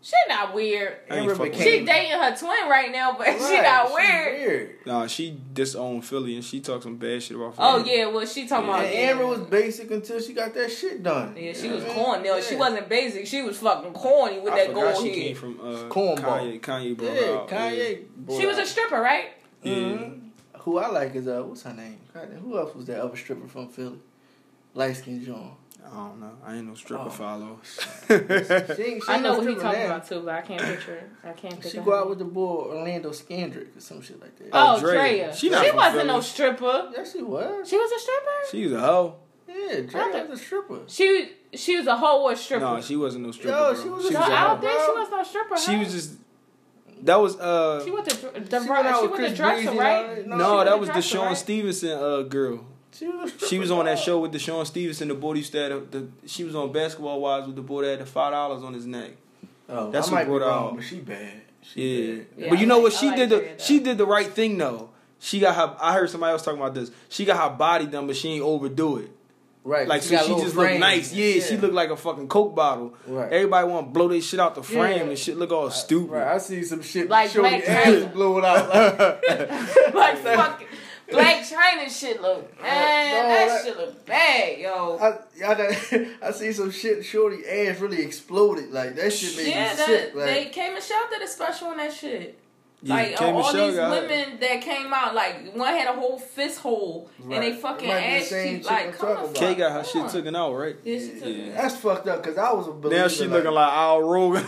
C: She not weird.
A: I ain't
B: Amber
A: fucking with
B: became-
C: She dating her twin right now, but she
B: Right,
C: not
B: she's
C: weird.
B: weird.
A: nah, she disowned Philly, and she talked some bad shit about. Philly.
C: Oh yeah, well she talking
B: And
C: about
B: Amber was basic until she got that shit done.
C: Yeah, she
B: You know
C: was
B: what I mean?
C: corny. No, she
B: Yeah.
C: wasn't basic. She was fucking corny with
A: I
C: that
A: forgot
C: gold
A: she
C: head.
A: came from uh,
B: Cornball.
A: Kanye. Kanye
B: Yeah,
A: brought her out.
B: Kanye.
A: Yeah.
C: She was a stripper, right?
A: Yeah.
B: Mhm. Who I like is uh, what's her name? God, who else was that other stripper from Philly? Light skinned John.
A: I don't know. I ain't no stripper
B: Oh.
A: follow.
B: She, ain't- she
C: I
B: ain't no
C: know what he
B: stripper
C: talking
B: now.
C: about too, but I can't picture. it. I can't picture.
B: She go out with uh, the boy Orlando Skandrick or some shit like that.
C: Oh,
A: Oh,
C: Drea.
A: Drea.
C: She,
A: She not from
C: wasn't no
A: Philly.
C: stripper.
B: Yeah, she was.
C: She was a stripper.
A: She was a hoe.
B: Yeah,
C: I thought-
B: Dre was a stripper.
C: She she was a whole or stripper.
A: No, she wasn't no stripper.
B: Yo,
A: bro.
B: she was
C: no,
B: a-
A: a
C: I
A: hoe.
C: don't think she
B: bro.
C: was no stripper.
A: She
C: huh?
A: was just. That was uh.
C: She went to dr-
B: She went out
C: the she
B: with
C: went to
B: Chris
C: dresser,
B: Breezy,
C: right?
B: right?
A: no,
B: she was
A: that
C: a
A: was
C: dresser,
A: Deshaun
C: right?
A: Stevenson uh girl.
B: She was. A stripper,
A: She was on that
B: dog.
A: show with Deshaun Stevenson, the boy that used to have the, the she was on Basketball Wives with the boy that had the five dollars on his neck.
B: Oh,
A: That's
B: I
A: who
B: might be
A: brought
B: wrong,
A: out-
B: but she bad. She
A: Yeah.
B: bad.
C: Yeah,
A: but you know
C: I
A: what?
C: like-
A: She
C: I like
A: did the
C: Drea, though.
A: she did the right thing though. She got her. I heard somebody else talking about this. She got her body done, but she ain't overdo it.
B: Right.
A: Like she,
B: got
A: she
B: little
A: just looked
B: frames.
A: nice. Yeah, she looked like a fucking coke bottle.
B: Right.
A: Everybody want to blow their shit out the frame
B: Yeah.
A: and shit look all stupid.
B: Right, I see some shit
C: Like
B: like showing
C: Black
B: your ass
C: China.
B: blowing out. Like,
C: like fucking black China shit look man,
B: No,
C: that,
B: that-
C: shit look bad, yo.
B: I, I, done- I see some shit. Shorty ass really exploded. Like that shit made
C: yeah,
B: me
C: that,
B: sick. Like,
C: they came and shouted did a special on that shit.
A: Yeah,
C: like
A: K.
C: on all
A: Michelle
C: these
A: got-
C: women that came out, like one had a whole fist hole
B: Right.
C: and they fucking
B: Might be the
C: ass
B: same
C: cheek.
B: chick I'm
C: Like, come
B: talking
C: on,
B: about.
A: K got her
C: come
A: shit
C: on.
A: taken out, right?
C: Yeah, she took
A: Yeah.
B: that's fucked up. Cause I was a believer.
A: Now she
B: like,
A: looking like Al Rogan.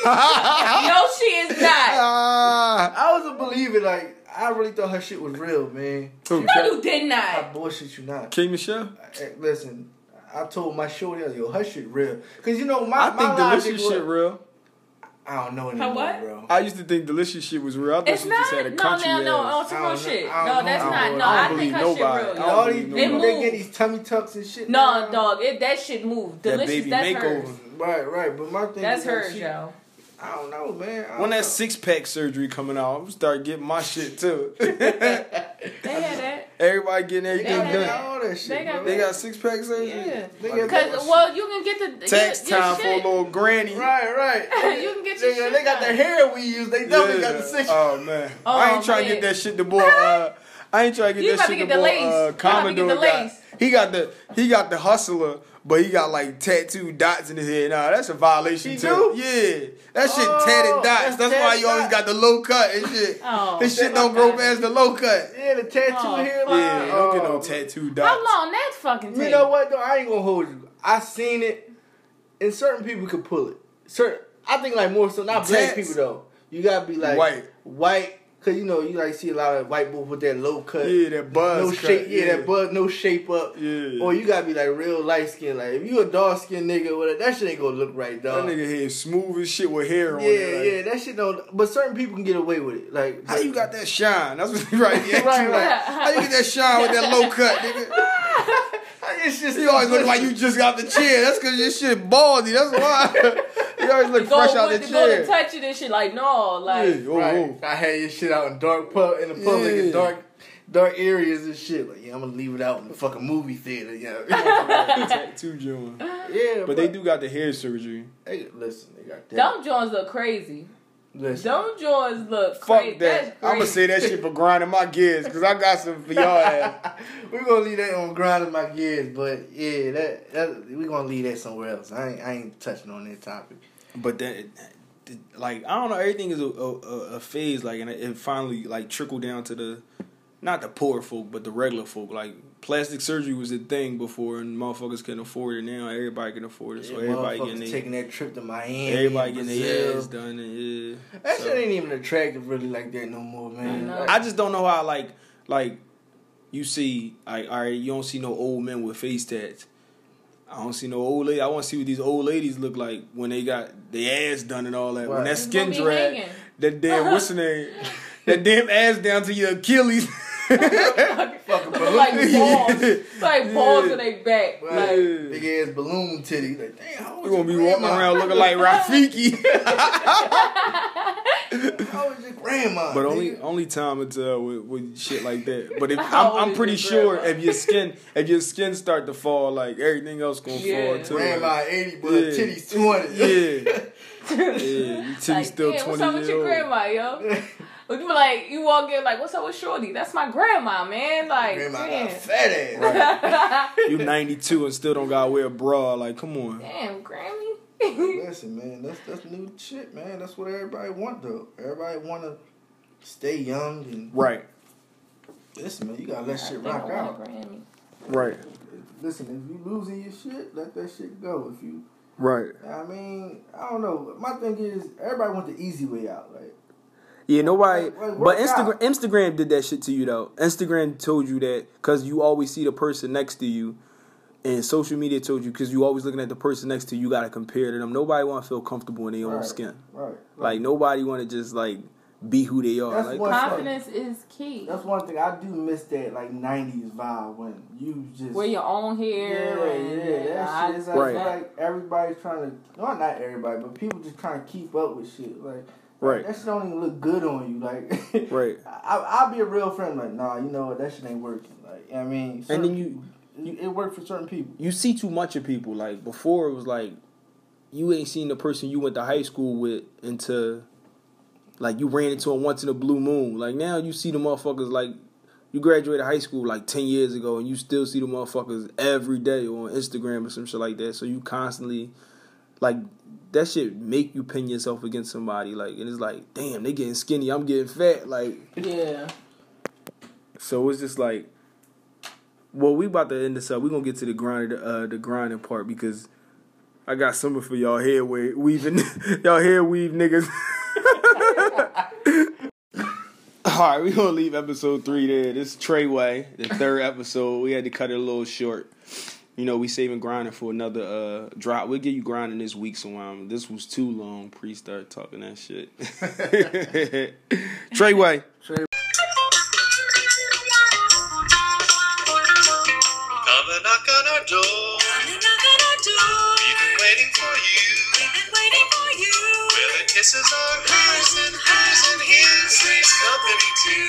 C: No, she is not.
A: Ah.
B: I was a believer. Like I really thought her shit was real, man.
A: Who?
C: No, you did
B: I
C: not.
B: bullshit you not.
A: K Michelle?
B: Hey, Listen, I told my shorty, I was, yo, her shit real. Cause you know my
A: I
B: my
A: think
B: logic
A: delicious
B: was-
A: shit real.
B: I don't know anymore,
C: what?
B: bro.
A: I used to think delicious shit was real. I thought
C: It's
A: she just had a
C: not. No,
A: country
C: no, no. On
A: ass.
C: some
B: I
C: real
B: don't know.
C: shit.
B: I
C: No,
B: don't
C: that's
B: know.
C: not.
A: I don't
C: No, I think
A: believe
C: her
A: nobody.
C: shit
A: I
C: real.
A: don't
B: all
A: believe
B: these
A: no
B: people
C: one.
B: they get these tummy tucks and shit.
C: No,
B: now.
C: dog, it that shit moved.
A: That
C: Delicious,
A: baby
C: that's
A: makeover.
C: hers.
B: Right, right. But my thing
C: That's
B: is that
C: hers,
B: she-
C: yo.
B: I don't know, man. I don't
A: When
B: know.
A: that six pack surgery coming out, I'm gonna start getting my shit too.
C: They had that.
A: Everybody getting
B: they
A: everything
B: got
C: Yeah.
A: done.
B: all that shit.
C: They got
B: bro.
A: They got six pack surgery.
C: Yeah.
B: They
A: Like,
B: got-
C: Cause well, you can get the
A: tax
C: your, your
A: time for a
C: shit.
A: little granny.
B: Right, right.
C: You can get your
B: they,
C: shit
B: they got the
C: done.
B: hair we use. They definitely got the six.
A: Oh man,
C: Oh,
A: I ain't trying
C: man.
A: to get that shit to boy. Uh, I ain't trying to get
C: You
A: that
C: about to
A: shit
C: get
A: to
C: the
A: boy.
C: lace. You
A: Uh,
C: about to get
A: Commodore
C: the
A: got-
C: lace.
A: He got the he got the hustler, but he got like tattooed dots in his head. Nah, that's a violation
B: He
A: too.
B: do?
A: Yeah, that shit
B: Oh,
A: tatted dots.
B: that's
A: That's why
B: tatted
A: you always
B: dots.
A: got the low cut and shit.
C: Oh,
A: this shit
C: shit
A: don't
C: like
A: grow
C: that.
A: past the low cut.
B: Yeah, the tattoo
C: Oh,
B: hair.
C: fuck.
A: Yeah,
B: line.
A: don't get
B: Oh,
A: no tattooed dots.
C: How long that fucking take?
B: You know what though? I ain't gonna hold you. I seen it, and certain people could pull it. Certain, I think like more so not
A: Tats.
B: black people though. You gotta be like
A: White.
B: white, cause you know you like see a lot of white people with that low cut.
A: Yeah, that buzz.
B: no
A: cut.
B: shape, yeah, that buzz, no shape up.
A: Yeah.
B: Or you gotta be like real light skin. Like if you a dark skin nigga, whatever, that shit ain't gonna look right,
A: That
B: dog.
A: nigga head smooth as shit with hair on
B: yeah,
A: it. like,
B: yeah, that shit don't. But certain people can get away with it. Like
A: How you got that shine? That's what right. Yeah,
B: Right,
A: you like,
B: right.
A: How you get that shine with that low cut, nigga?
B: It's just
A: You always look like you just got the chair. That's cause your shit baldy. That's why. you always look
C: Go,
A: fresh out the
C: with- go to
A: chair.
C: touch it and shit. Like no, like
A: Yeah, oh,
B: Right.
A: oh.
B: I had your shit out in dark pub in the public
A: Yeah.
B: in dark dark areas and shit. Like, yeah, I'm gonna leave it out in the fucking movie theater. Yeah,
A: Tattoo joint.
B: yeah.
A: But they do got the hair surgery.
B: Hey, listen, they got that.
C: Dumb Jones look crazy.
B: listen.
C: Dumb Jones look crazy.
A: Fuck that.
C: That's
A: I'm gonna
C: crazy.
A: say that shit for grinding my gears because I got some for y'all ass.
B: We're gonna leave that on grinding my gears, but yeah, that, that we're gonna leave that somewhere else. I ain't, I ain't touching on that topic.
A: But that, that- like, I don't know. Everything is a, a, a a phase, like, and it, it finally like trickled down to the, not the poor folk, but the regular folk. Like, plastic surgery was a thing before, and motherfuckers couldn't afford it. Now everybody can afford it, so everybody
B: Motherfuckers
A: getting they,
B: taking that trip to Miami.
A: everybody getting
B: Brazil.
A: their ass done. And, yeah,
B: That
A: So-
B: shit ain't even attractive really like that no more, man.
C: I know.
B: Like,
A: I just don't know how like like you see, like, all right, you don't see no old men with face tats. I don't see no old lady. I want to see what these old ladies look like when they got their ass done and all that. When
B: Right.
A: that
B: It's
A: skin
C: gonna be
A: drag,
C: hanging.
A: that damn what's the name? That damn ass down to your Achilles.
B: Fucking
C: Look like
B: balloon.
C: balls, Look like balls
A: Yeah.
C: on their back.
B: Right.
C: Like,
B: Big ass balloon titty. Like, damn, how old
A: We're
B: your
A: gonna be walking
B: grandma?
A: around looking like Rafiki.
B: How old your grandma?
A: But only
B: nigga?
A: only time will tell with, with shit like that. But if
C: How
A: I'm,
C: old
A: I'm
C: is
A: pretty
C: your
A: sure
C: grandma?
A: if your skin if your skin start to fall, like everything else gonna
C: Yeah.
A: fall too.
B: grandma 80, but
A: Yeah.
B: her titties 200.
A: Yeah, yeah. You titty
C: like,
A: still
C: damn, what's
A: twenty
C: up with
A: years
C: your
A: old.
C: grandma, yo? But you be like, you walk in like, what's up with Shorty? That's my grandma, man. Like,
B: grandma
C: damn,
B: got a fat ass.
A: You 92 and still don't gotta wear a bra. Like, come on.
C: damn, Grammy.
B: Listen, man, that's that's new shit, man. That's what everybody want though. Everybody want to stay young and
A: Right,
B: listen, man. You gotta let
C: I
B: shit
C: think
B: rock
C: I
B: out.
C: want a Grammy.
A: right,
B: Listen, if you losing your shit, let that shit go. If you,
A: right.
B: I mean, I don't know. My thing is, everybody want the easy way out, right?
A: Yeah, nobody.
B: Wait, wait,
A: but
B: work
A: Instagram,
B: out.
A: Instagram did that shit to you though. Instagram told you that because you always see the person next to you, and social media told you because you always looking at the person next to you. You gotta compare to them. Nobody want to feel comfortable in their own
B: Right,
A: skin.
B: Right.
A: Like nobody want to just like be who they are.
B: That's
A: Like,
B: what-
C: Confidence is key.
B: That's one thing I do miss that like '90s vibe when you just
C: Wear your own
B: yeah,
C: hair. and,
B: yeah, that shit. It's like,
A: Right.
B: like everybody's trying to well, not everybody, but people just trying to keep up with shit. Like
A: Right.
B: that shit don't even look good on you. Like
A: Right.
B: I, I'll be a real friend. Like nah, you know what? That shit ain't working. Like I mean,
A: and
B: certain-
A: then you
B: you it worked for certain people.
A: you see too much of people. Like before, it was like you ain't seen the person you went to high school with until like you ran into him once in a blue moon. Like now, you see the motherfuckers like you graduated high school like ten years ago, and you still see the motherfuckers every day on Instagram or some shit like that. So you constantly like that shit make you pin yourself against somebody. Like and it's like, damn, they getting skinny, I'm getting fat. Like
C: Yeah.
A: so it's just like, well, we about to end this up. We gonna get to the grind, uh, the grinding part because I got something for y'all hair we- weaving, y'all hair weave niggas. All right, we gonna leave episode three there. This is Treyway, the third episode. We had to cut it a little short. You know, we saving grinding for another uh drop. We'll give you grinding this week sometime. This was too long. Pre start talking that shit. Treyway.
D: Come and knock on our door. We've been waiting for you. Well, it kisses our hers and hers and his. Please company too.